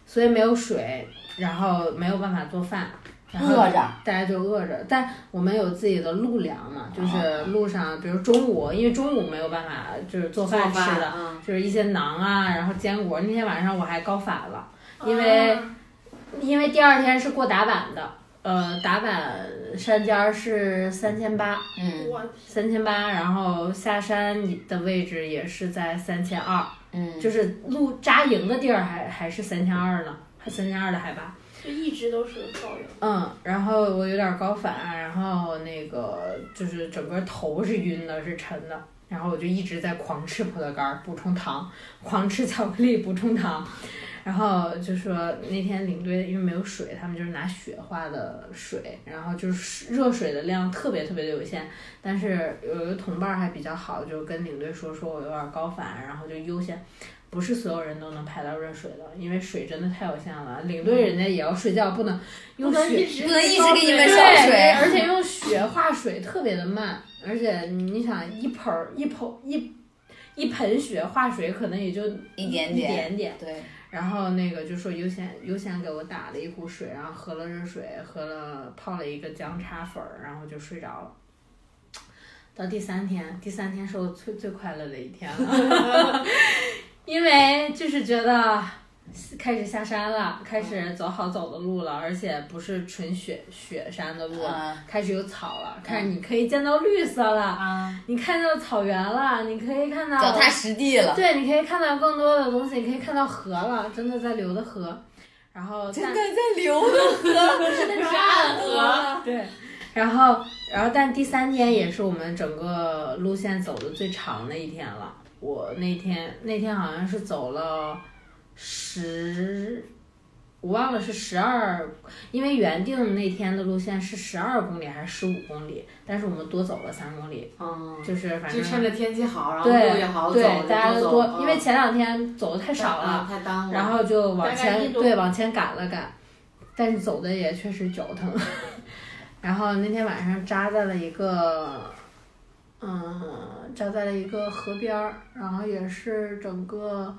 所以没有水，然后没有办法做饭，然后
饿着
大家就饿着。但我们有自己的路粮嘛，就是路上，比如中午，因为中午没有办法就是做饭吃的，
嗯
就是一些馕啊，然后坚果。那天晚上我还搞反了，因为
啊
因为第二天是过打板的，呃，打板山尖儿是三千八。
嗯
我
三千八，然后下山的位置也是在三千二，
嗯，
就是路扎营的地儿还还是三千二呢，还三千二的海拔。
就一直都是高原。
嗯，然后我有点高反，然后那个就是整个头是晕的，是沉的。然后我就一直在狂吃葡萄干儿补充糖，狂吃巧克力补充糖。然后就说那天领队因为没有水，他们就是拿雪化的水，然后就是热水的量特别特别的有限。但是有一个同伴儿还比较好，就跟领队说说我有点高反，然后就优先。不是所有人都能排到热水的，因为水真的太有限了。领队人家也要睡觉，不能用
不能
雪
一直
不能一直给你们
对，
烧水
而且用雪化水特别的慢，而且你想一盆儿一盆一一盆雪化水可能也就
一点
一
点
点点。
对，
然后那个就说优先优先给我打了一壶水，然后喝了热水，喝了泡了一个姜茶粉儿，然后就睡着了。到第三天，第三天是我最最快乐的一天了， [laughs] 因为就是觉得开始下山了，开始走好走的路了，而且不是纯雪雪山的路了，
嗯，
开始有草了，开始你可以见到绿色了，
啊，
你看到草原了，你可以看到
脚踏实地了。
对，你可以看到更多的东西，你可以看到河了，真的在流的河，然后但
在流的
是那
是暗河
对，然后然后，但第三天也是我们整个路线走的最长的一天了。我那天那天好像是走了十，我忘了是十二，因为原定那天的路线是十二公里还是十五公里，但是我们多走了三公里，
嗯，
就是反
就
正
趁着天气好，然后路
对
也好走，
对
就
大家都
走
多，
嗯
因为前两天走的太少了
嗯，太耽误了。
然后就
大概
往
一
前
周
对往前赶了赶，但是走的也确实脚疼。 [laughs] 然后那天晚上扎在了一个，嗯，扎在了一个河边儿，然后也是整个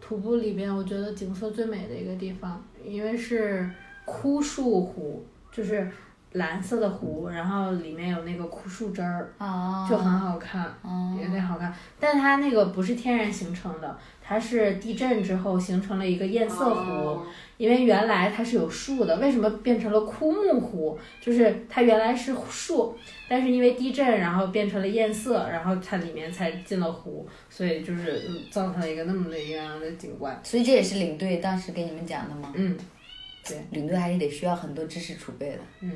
徒步里边我觉得景色最美的一个地方，因为是枯树湖，就是蓝色的湖，然后里面有那个枯树枝儿，
啊
就很好看。
哦
有点好看，但它那个不是天然形成的，它是地震之后形成了一个堰塞湖，
哦
因为原来它是有树的，为什么变成了枯木湖？就是它原来是树，但是因为地震，然后变成了堰塞，然后它里面才进了湖，所以就是嗯造成了一个那么的一个样的景观。
所以这也是领队当时给你们讲的吗？
嗯，
领队还是得需要很多知识储备的。
嗯，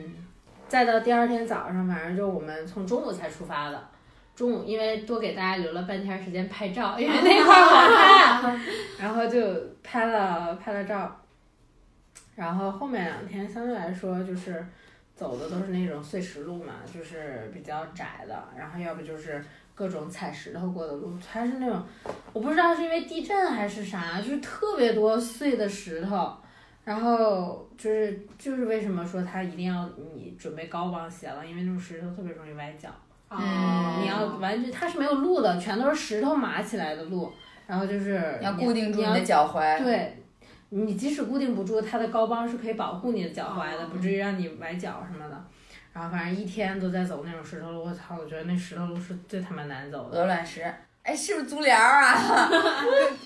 再到第二天早上，反正就我们从中午才出发的。中午因为多给大家留了半天时间拍照，因为那块儿好看，然后就拍了拍了照。然后后面两天相对来说就是走的都是那种碎石路嘛，就是比较窄的，然后要不就是各种踩石头过的路，还是那种我不知道是因为地震还是啥，就是特别多碎的石头。然后就是就是为什么说它一定要你准备高帮鞋了，因为那种石头特别容易崴脚。
嗯
哦
啊你要完全它是没有路的，全都是石头码起来的路，然后就是
要固定住
你
你
要
的脚踝。，
对，你即使固定不住，它的高帮是可以保护你的脚踝的，
哦
不至于让你崴脚什么的。然后反正一天都在走那种石头路，我操！我觉得那石头路是最他妈难走的。
鹅卵石。哎，是不是足疗啊？ [laughs] 跟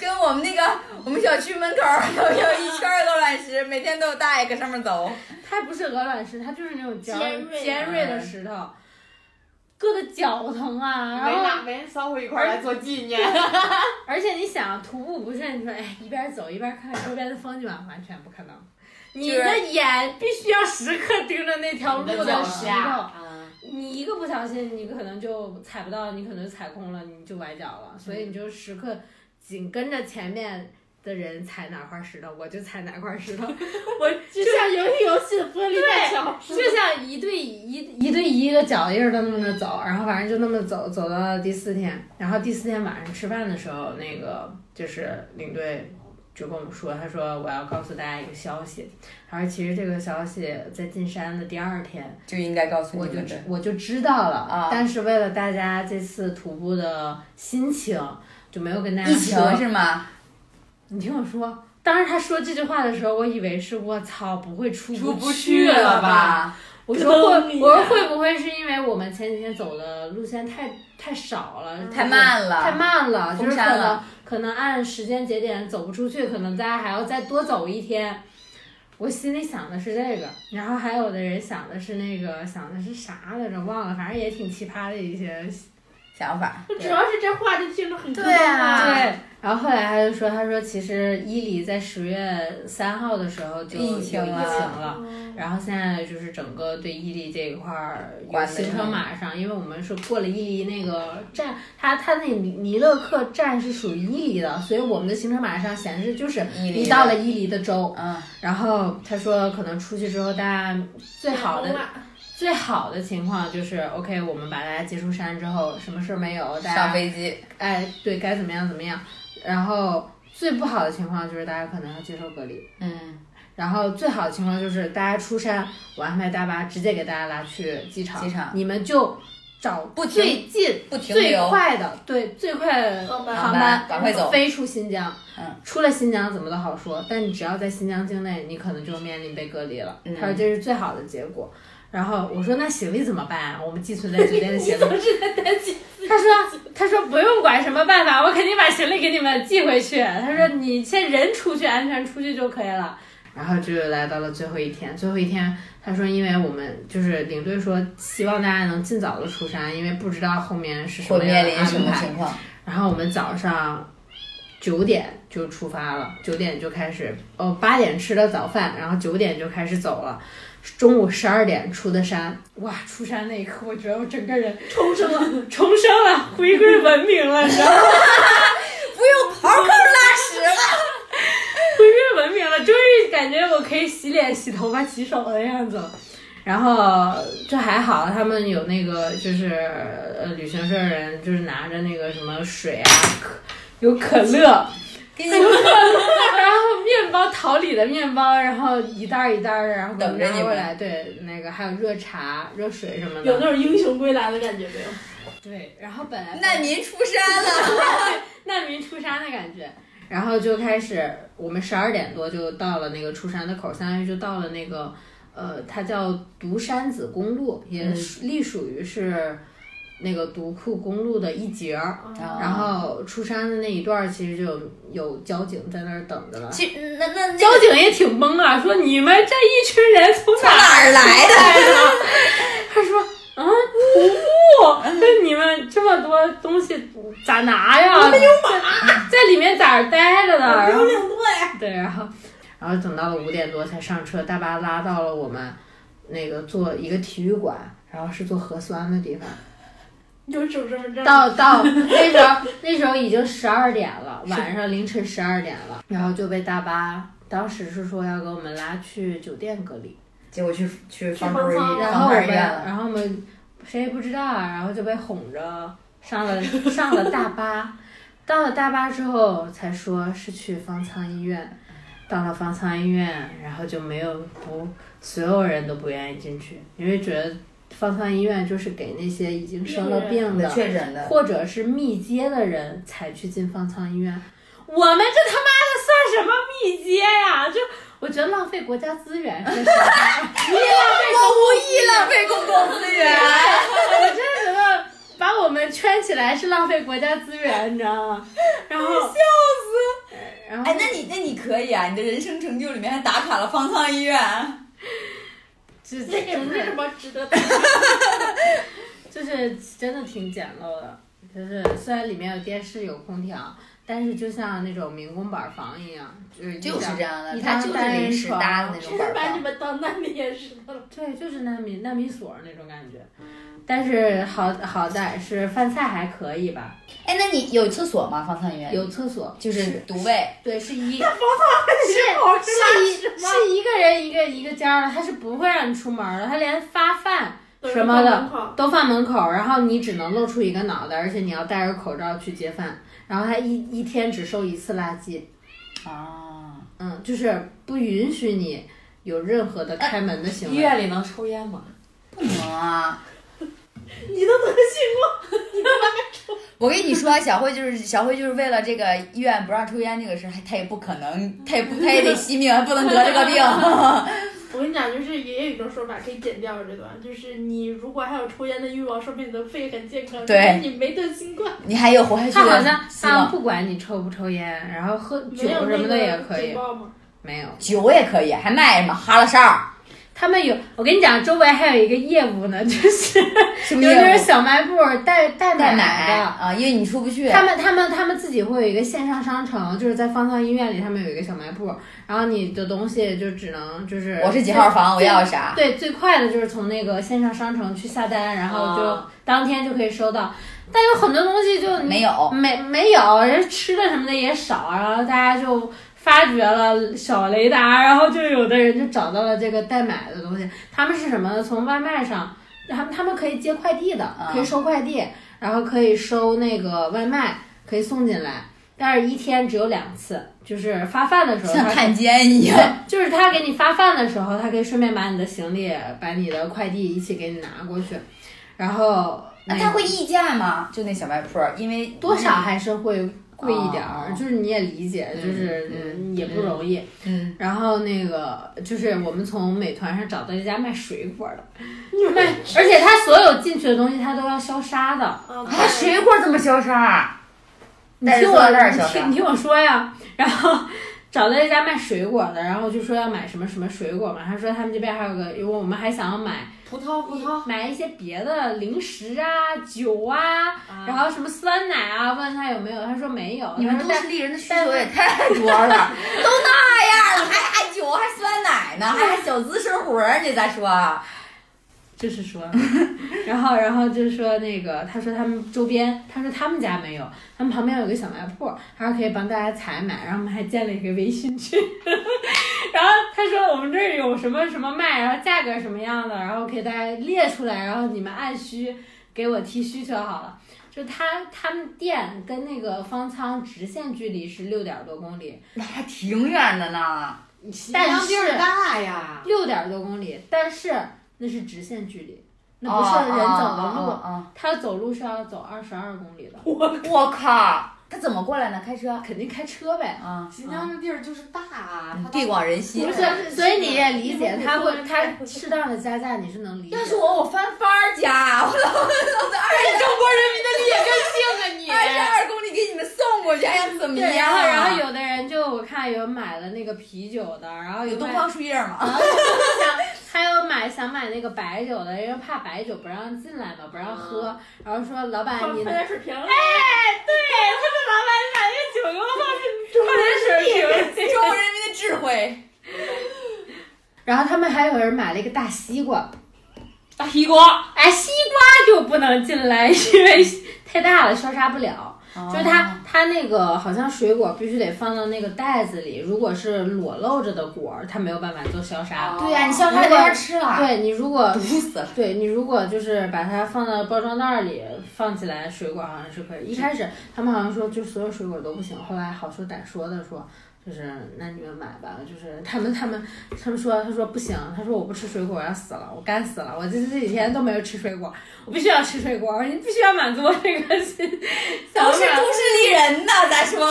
跟我们那个我们小区门口儿有有一圈儿鹅卵石，每天都有大爷搁上面走。
它不是鹅卵石，它就是那种尖
尖锐的
尖锐的石头，硌得脚疼啊。然
没
后
拿没人捎回一块儿来做纪念，
而且你想徒步不是你说哎一边走一边看看周边的风景吗？完全不可能。你
就
的眼必须要时刻盯着那条路
你的脚啊
的石头
下，，嗯
你一个不小心，你可能就踩不到，你可能就踩空了，你就崴脚了。所以你就时刻紧跟着前面的人踩哪块石头，我就踩哪块石头，我
就像游戏游戏的玻璃大小，
就像一对一一对一的脚印儿的那么走，然后反正就那么走走到了第四天，然后第四天晚上吃饭的时候，那个就是领队就跟我们说，他说我要告诉大家一个消息，他说其实这个消息在进山的第二天
就应该告诉
我
你
就
们
知
的。
我就知道了，
啊
但是为了大家这次徒步的心情，就没有跟大家
疫情
说。
是吗？
你听我说，当时他说这句话的时候，我以为是我操不会出不
出不
去
去了吧
吧？
我说
坑
会，
你
我说会不会是因为我们前几天走的路线太太少了，
太，慢了，
太慢了，就
封
是可
山
能
了
可能按时间节点走不出去，可能大家还要再多走一天。我心里想的是这个，然后还有的人想的是那个，想的是啥来着？忘了，反正也挺奇葩的一些
想法。
主要是这话就听着很
对啊
对，然后后来他就说，他说其实伊犁在十月三号的时候就有
疫
疫
情
情
了
了，
啊
然后现在就是整个对伊犁这一块儿有
管得
行程
严
码上，因为我们是过了伊犁那个站，它它那尼尼勒克站是属于伊犁的，所以我们的行程码上显示就是
伊犁
你
的
到了伊犁的州。
嗯，
然后他说，可能出去之后，大家最好的最好的情况就是，OK，我们把大家接出山之后，什么事儿没有，大家
上飞机，
哎，对该怎么样怎么样。然后最不好的情况就是大家可能要接受隔离，
嗯，
然后呃最好的情况就是大家出山，我安排大巴直接给大家拉去机场，
机场
你们就找
不停
最近
不停
最
留，
快的，对最快的
航班
航
赶快走
飞出新疆。
嗯，
出了新疆怎么都好说，但你只要在新疆境内，你可能就面临被隔离了。
嗯
他说这是最好的结果。然后我说那行李怎么办、啊？我们寄存在酒店 [laughs] 的行李。
是在担心
他说：“他说不用管什么办法，我肯定把行李给你们寄回去。”他说：“你先人出去，安全出去就可以了。”嗯然后就来到了最后一天。最后一天，他说：“因为我们就是领队说，希望大家能尽早的出山，因为不知道后面是什
会
么样
面
的
临什
安
么
排。
情况？
然后我们早上九点就出发了，九点就开始，哦，八点吃的早饭，然后九点就开始走了，中午十二点出的山，哇，出山那一刻，我觉得我整个人
重生了，
[laughs] 重生了，回归文明了，你知道
[laughs]
吗？
不用刨坑拉屎了。
回归文明了，终于感觉我可以洗脸、洗头发、洗手的样子了。然后这还好，他们有那个就是呃旅行社的人就是拿着那个什么水啊，可有可乐，
给你
[laughs]
们
然后面包桃李的面包，然后一袋儿一袋儿的，然后
等着
拿
你
过
们
来。对，那个还有热茶、热水什么的。
[laughs] 有那种英雄归来的感觉没有？
对，然后本来
难民出山了，
难民出山的感觉。然后就开始，我们十二点多就到了那个出山的口，相当于就到了那个，呃，它叫独山子公路，也
嗯
属隶属于是那个独库公路的一节儿。
哦
啊
然后出山的那一段儿其实就有有交警在那儿等着了。
其那那
交警也挺懵啊，说你们这一群人从哪
从哪儿来的？
来 [laughs] 的？他说。啊，徒步，这你们这么多东西咋拿呀？我们有马，在里面咋待着呢？然后
领队，
对，然后然后等到了五点多才上车，大巴拉到了我们那个做一个体育馆，然后是做核酸的地方。
有种身份证， [laughs]
到到那时候，那时候已经十二点了，晚上凌晨十二点了，然后就被大巴当时是说要给我们拉去酒店隔离，
结果去去
方
方
舱
舟
然
医院
后
方
我
二
们
医院了。
然后我们谁也不知道啊，然后就被哄着上了上了大巴，到了大巴之后才说是去方舱医院。到了方舱医院，然后就没有不，所有人都不愿意进去，因为觉得方舱医院就是给那些已经生了
病
病的
嗯确诊的，
或者是密接的人才去进方舱医院。我们这他妈的算什么密接呀？就我觉得浪费国家资源，说实 [laughs] 话，你也浪费
哎我无意浪费公共资源。
我真的觉得把我们圈起来是浪费国家资源，你知道吗？然后
[laughs]
笑死，然后
哎，那你那你可以啊，你的人生成就里面还打卡了方舱医院。
这
这也
真
不是什
的
么
[laughs]
值得的。
就是真的挺简陋的，就是虽然里面有电视有空调，但是就像那种民工板房一样，就是一
就是
张
这样的，
一
他
张
就是
单人
临时
床
搭的那
真
种板
把你
房。
们当难民也是了。
对，就是难民难民所那种感觉。但是好好歹是饭菜还可以吧，
哎，那你有厕所吗？方舱医院
有厕所，
就是独卫，
对是 [laughs] 一是一是一个人一个一个间儿的，他是不会让你出门儿的，他连发饭什么的
的，
都放门口儿，然后你只能露出一个脑袋，而且你要戴着口罩去接饭，然后他一一天只收一次垃圾，
啊，
嗯，就是不允许你有任何的开门的行
[laughs] 医
为。
院里能抽烟吗？
不能啊！
你都能信
我跟你说，小慧就是小慧就是为了这个医院不让抽烟这个事儿，还她也不可能，她也不她也得惜命，不能得这个病。
[laughs]
[laughs]
我跟你讲，就是也有一种说法可以剪掉这段，就是你如果还有抽烟的欲望，说明你的肺很健康，
对
说明你没得新冠，
你还有活下去
他好
的
像啊
希
他
望。
不管你抽不抽烟，然后喝酒
没有
什
那
么的也
个
可以
警，报吗？
没有。
酒也可以，还卖什么哈拉哨儿？
他们有，我跟你讲，周围还有一个业务呢，就是
什
有
么业
那种
务？
小卖部代代
代买
的，
啊，因为你出不去。
他们他们他们自己会有一个线上商城，就是在方舱医院里，他们有一个小卖部，然后你的东西就只能就是
我是几号房，我要啥？
对，最快的就是从那个线上商城去下单，然后就
啊
当天就可以收到。但有很多东西就你
哦没有，
没没有，人吃的什么的也少，然后大家就发掘了小雷达，然后就有的人就找到了这个代买的东西。他们是什么呢？从外卖上，他们他们可以接快递的，可以收快递，然后可以收那个外卖，可以送进来。但是一天只有两次，就是发饭的时候，
像
他
汉奸一样。
对，就是他给你发饭的时候，他可以顺便把你的行李、把你的快递一起给你拿过去，然后
那
那
他
个
会议价吗？就那小卖铺儿，因为
多少还是会贵一点儿，
嗯哦
就是你也理解，就是
嗯
也不容易。
嗯，
然后那个就是我们从美团上找到一家卖水果的，卖，而且他所有进去的东西他都要消杀的。
啊，
啊，水果怎么消杀？
你
带着
听
塑料
我，
袋儿
你
消杀
听你听我说呀。然后找到一家卖水果的，然后就说要买什么什么水果嘛，他说他们这边还有个，因为我们还想要买
葡萄葡萄，
买一些别的零食啊、酒啊，然
啊
后什么酸奶啊，问他有没有，他说没有，
你们
他说
都
但
市丽人的需求也太多了，都那样了，还还酒，还酸奶呢，还还小资生活呢，咱说，
就是说， [laughs] 然后然后就是说那个，他说他们周边，他说他们家没有，他们旁边有个小卖铺，他说可以帮大家采买，然后我们还建了一个微信群， [laughs] 然后他说我们这儿有什么什么卖，然后价格什么样的，然后给大家列出来，然后你们按需给我提需求好了。就他他们店跟那个方舱直线距离是六点多公里，
那还挺远的呢。
但
但
是
地儿大呀，
六点多公里，但是那是直线距离，那不是人走的路。
哦哦哦
他走路是要走二十二公里的，
哦我靠，他怎么过来呢？开车
肯定开车呗。
啊？
新疆这地儿就是大啊，它
地广人稀
不
不。
是，
是
所以你也理解
你不
他会，
你不
他适当的加价你是能理解的。
要是我，我翻番儿家，我老老在二十
中国人民的劣根性啊
二
你
十！二公里给你们送过去，还想怎么
哎对，啊
样？
然后然后有的人就我看有买了那个啤酒的，然后
有
有
东
卖
方树叶吗？
[laughs] 还有买想买那个白酒的，因为怕白酒不让进来嘛，不让喝，然后说老板你哎
放
能
在水瓶里，
对，他说老板你把那个酒给我放水放在水瓶里。
中国人民的智慧，
然后他们还有人买了一个大西瓜，
大西瓜，
哎，西瓜就不能进来，因为太大了消杀不了。就是它它那个好像水果必须得放到那个袋子里，如果是裸露着的果儿，它没有办法做消杀。
哦
对呀，你消杀就让人吃了，
对你如果
毒死了。
对你如果就是把它放到包装袋儿里放起来，水果好像是可以。一开始他们好像说就所有水果都不行，后来好说歹说的说。就是那你们买吧，就是他们他们他们说他说不行，他说我不吃水果我要死了，我干死了，我这这几天都没有吃水果，我必须要吃水果，你必须要满足我这个心想
不
法。
是都市丽人呐，咱说，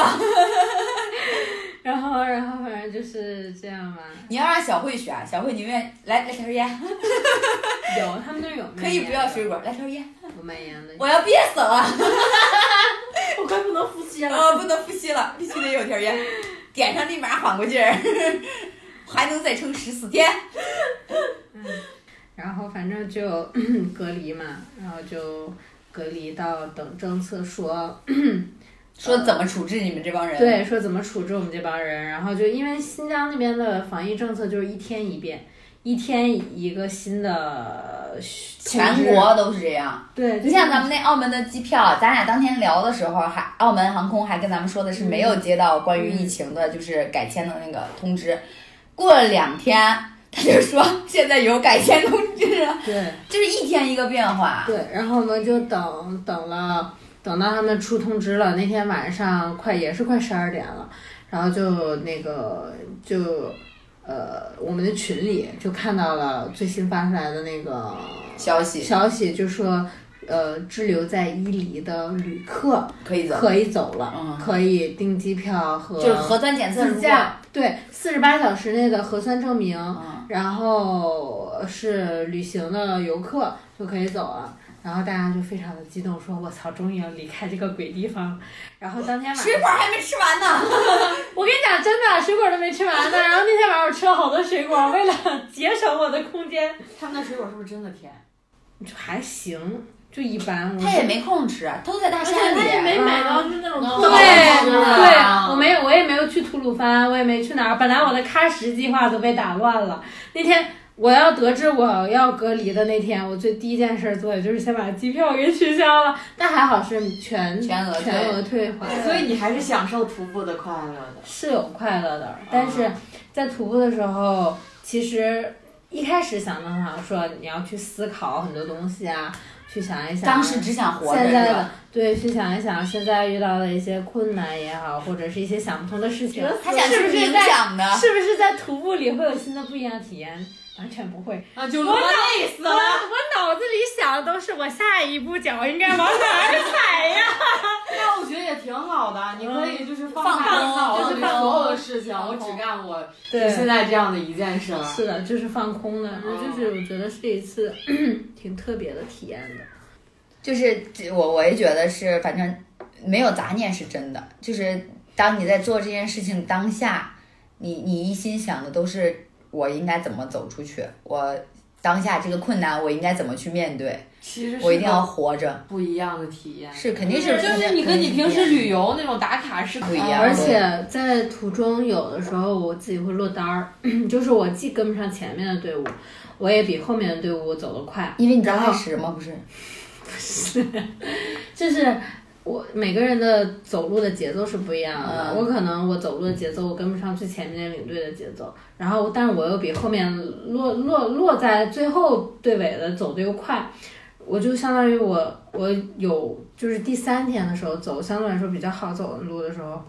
[laughs]
然后，然后反正就是这样
[laughs]
吧。
你要让小慧选，小慧宁愿来来条烟，
有，他们那儿有卖
可以不
烟
要
的
水果，来条烟，
不卖烟的。
嗯我要憋死 [laughs] 了，
我快不能呼吸了。
哦
哦我不能呼吸了，必须得有条 [laughs] 烟，点上立马缓过劲儿， [laughs] 还能再撑十四天。
然后反正就 [clears throat] 隔离嘛，然后就隔离到等政策说
说怎么处置你们这帮人？，
对说怎么处置我们这帮人，然后就因为新疆那边的防疫政策就是一天一变，一天一个新的
全国都是这样。
对，
你像咱们那澳门的机票，咱俩当天聊的时候还，澳门航空还跟咱们说的是没有接到关于疫情的，就是改签的那个通知。过了两天，他就说现在有改签通知啊了，
对
就是一天一个变化。
对，然后我们就等等了，等到他们出通知了，那天晚上快也是快十二点了，然后就那个就呃我们的群里就看到了最新发出来的那个
消息
消息，就说呃滞留在伊犁的旅客
可以走，
可以走了，
嗯
可以订机票和
就是核酸检测如
自
果，
驾，对，四十八小时内的核酸证明。
嗯，
然后是旅行的游客就可以走了。然后大家就非常的激动，说：“我操，终于要离开这个鬼地方了。”然后当天晚上，
水果还没吃完呢，
我跟你讲，真的水果都没吃完呢。然后那天晚上我吃了好多水果，为了 [laughs] 节省我的空间，
他们的水果是不是真的甜？
就还行，就一般。我
他也没空吃，都在大
而
山
且
里
他。也没买到
嗯
就是那种
对
哦
对
啊
对，我没有，我也没有去吐鲁番，我也没去哪儿。本来我的喀什计划都被打乱了。那天我要得知我要隔离的那天，我最第一件事做的就是先把机票给取消了，但还好是全
全额退
全额退还，
所以你还是享受徒步的快乐的。
是有快乐的。但
哦
是在徒步的时候，其实一开始想的好像说你要去思考很多东西啊，去想一想
当时只想活着，
现在
是
的
吧？
对，去想一想现在遇到的一些困难也好，或者是一些想不通的事情，
他想
是不
吃
是
冥
在
想的，
是不是在徒步里会有新的不一样的体验？完全不会，
啊，就
我脑我我脑子里想的都是我下一步脚应该往哪儿踩呀。
那我觉得也挺好的，你可以就是嗯放哦
放
下
空
脑子
就是
里
放空
所有的事情，我只干我
对，
哦现在这样的一件事儿。
是的，就是放空的，
嗯
就是我觉得是一次 [clears throat] 挺特别的体验
哦
的。
就是这我我也觉得是，反正没有杂念是真的。就是当你在做这件事情当下，你你一心想的都是我应该怎么走出去，我当下这个困难我应该怎么去面对，
其实是
我一定要
个
活着，
不一样的体验。
是肯定
就是就是你跟你平时旅游那种打卡是
不一样
而
而且
且在途中有的时候我自己会落单儿， [clears throat] 就是我既跟不上前面的队伍，我也比后面的队伍走得快。
因为你刚
然后
开始嘛，不是
就是我每个人的走路的节奏是不一样的，
嗯
我可能我走路的节奏我跟不上最前面领队的节奏，然后但是我又比后面落落落在最后队尾的走的又快，我就相当于我我有就是第三天的时候走相对来说比较好走的路的时候。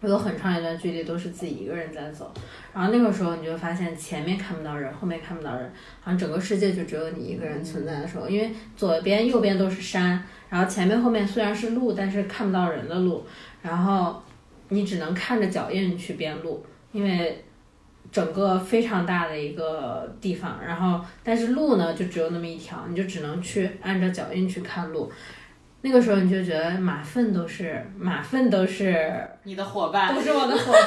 我有很长一段距离都是自己一个人在走，然后那个时候你就会发现前面看不到人，后面看不到人，好像整个世界就只有你一个人存在的时候，因为左边右边都是山，然后前面后面虽然是路，但是看不到人的路，然后你只能看着脚印去变路，因为整个非常大的一个地方，然后但是路呢就只有那么一条，你就只能去按照脚印去看路。那个时候你就觉得马粪都是马粪都是 [laughs]
你的伙伴
都是我的伙伴，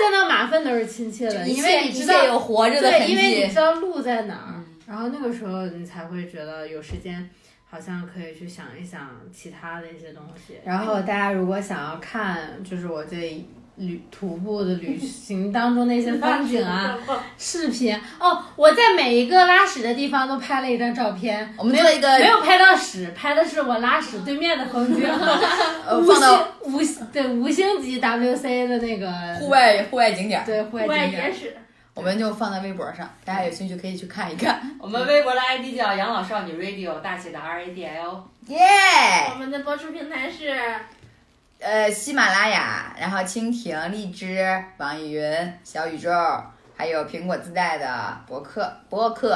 见到马粪都是亲切的，
一
因
切
为
一
你知
切
道
有活着的痕
对，因为你
迹，
知道路在哪儿，然后那个时候你才会觉得有时间，好像可以去想一想其他的一些东西。然后大家如果想要看，就是我这旅徒步的旅行当中的一些风景啊、 [laughs] 视频哦，我在每一个拉屎的地方都拍了一张照片。
我们做一个
没有拍到屎，拍的是我拉屎对面的风 [laughs] 景，
呃
五
放
星
到
五星对五星级 WC 的那个
户外户外景点儿，
对户外
户外
景
野
点，
史，
我们就放在微博上，大家有兴趣可以去看一看。
我们微博的 ID 叫养老少女 Radio，大写的 R A D L。
耶、
我们的播出平台是
呃，喜马拉雅，然后蜻蜓、荔枝、网易云、小宇宙，还有苹果自带的博客播客。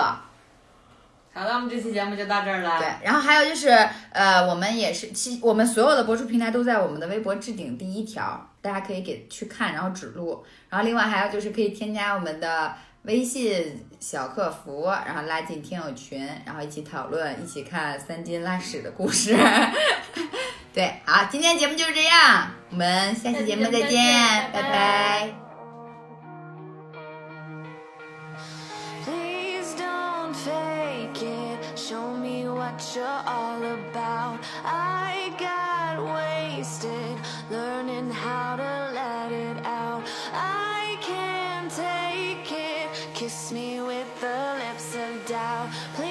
好了，我们这期节目就到这儿了。
对，然后还有就是，呃，我们也是，其我们所有的播出平台都在我们的微博置顶第一条，大家可以给去看，然后指路。然后另外还有就是可以添加我们的微信小客服，然后拉进听友群，然后一起讨论，一起看三金拉屎的故事。 [laughs] 对，好，今天节目就是这样，我们下期节目再
下期节目再
见，
见
拜
拜拜
拜
Please don't fake it. Show me what you're all about. I got wasted learning how to let it out. I can't take it. Kiss me with the lips of doubt. Please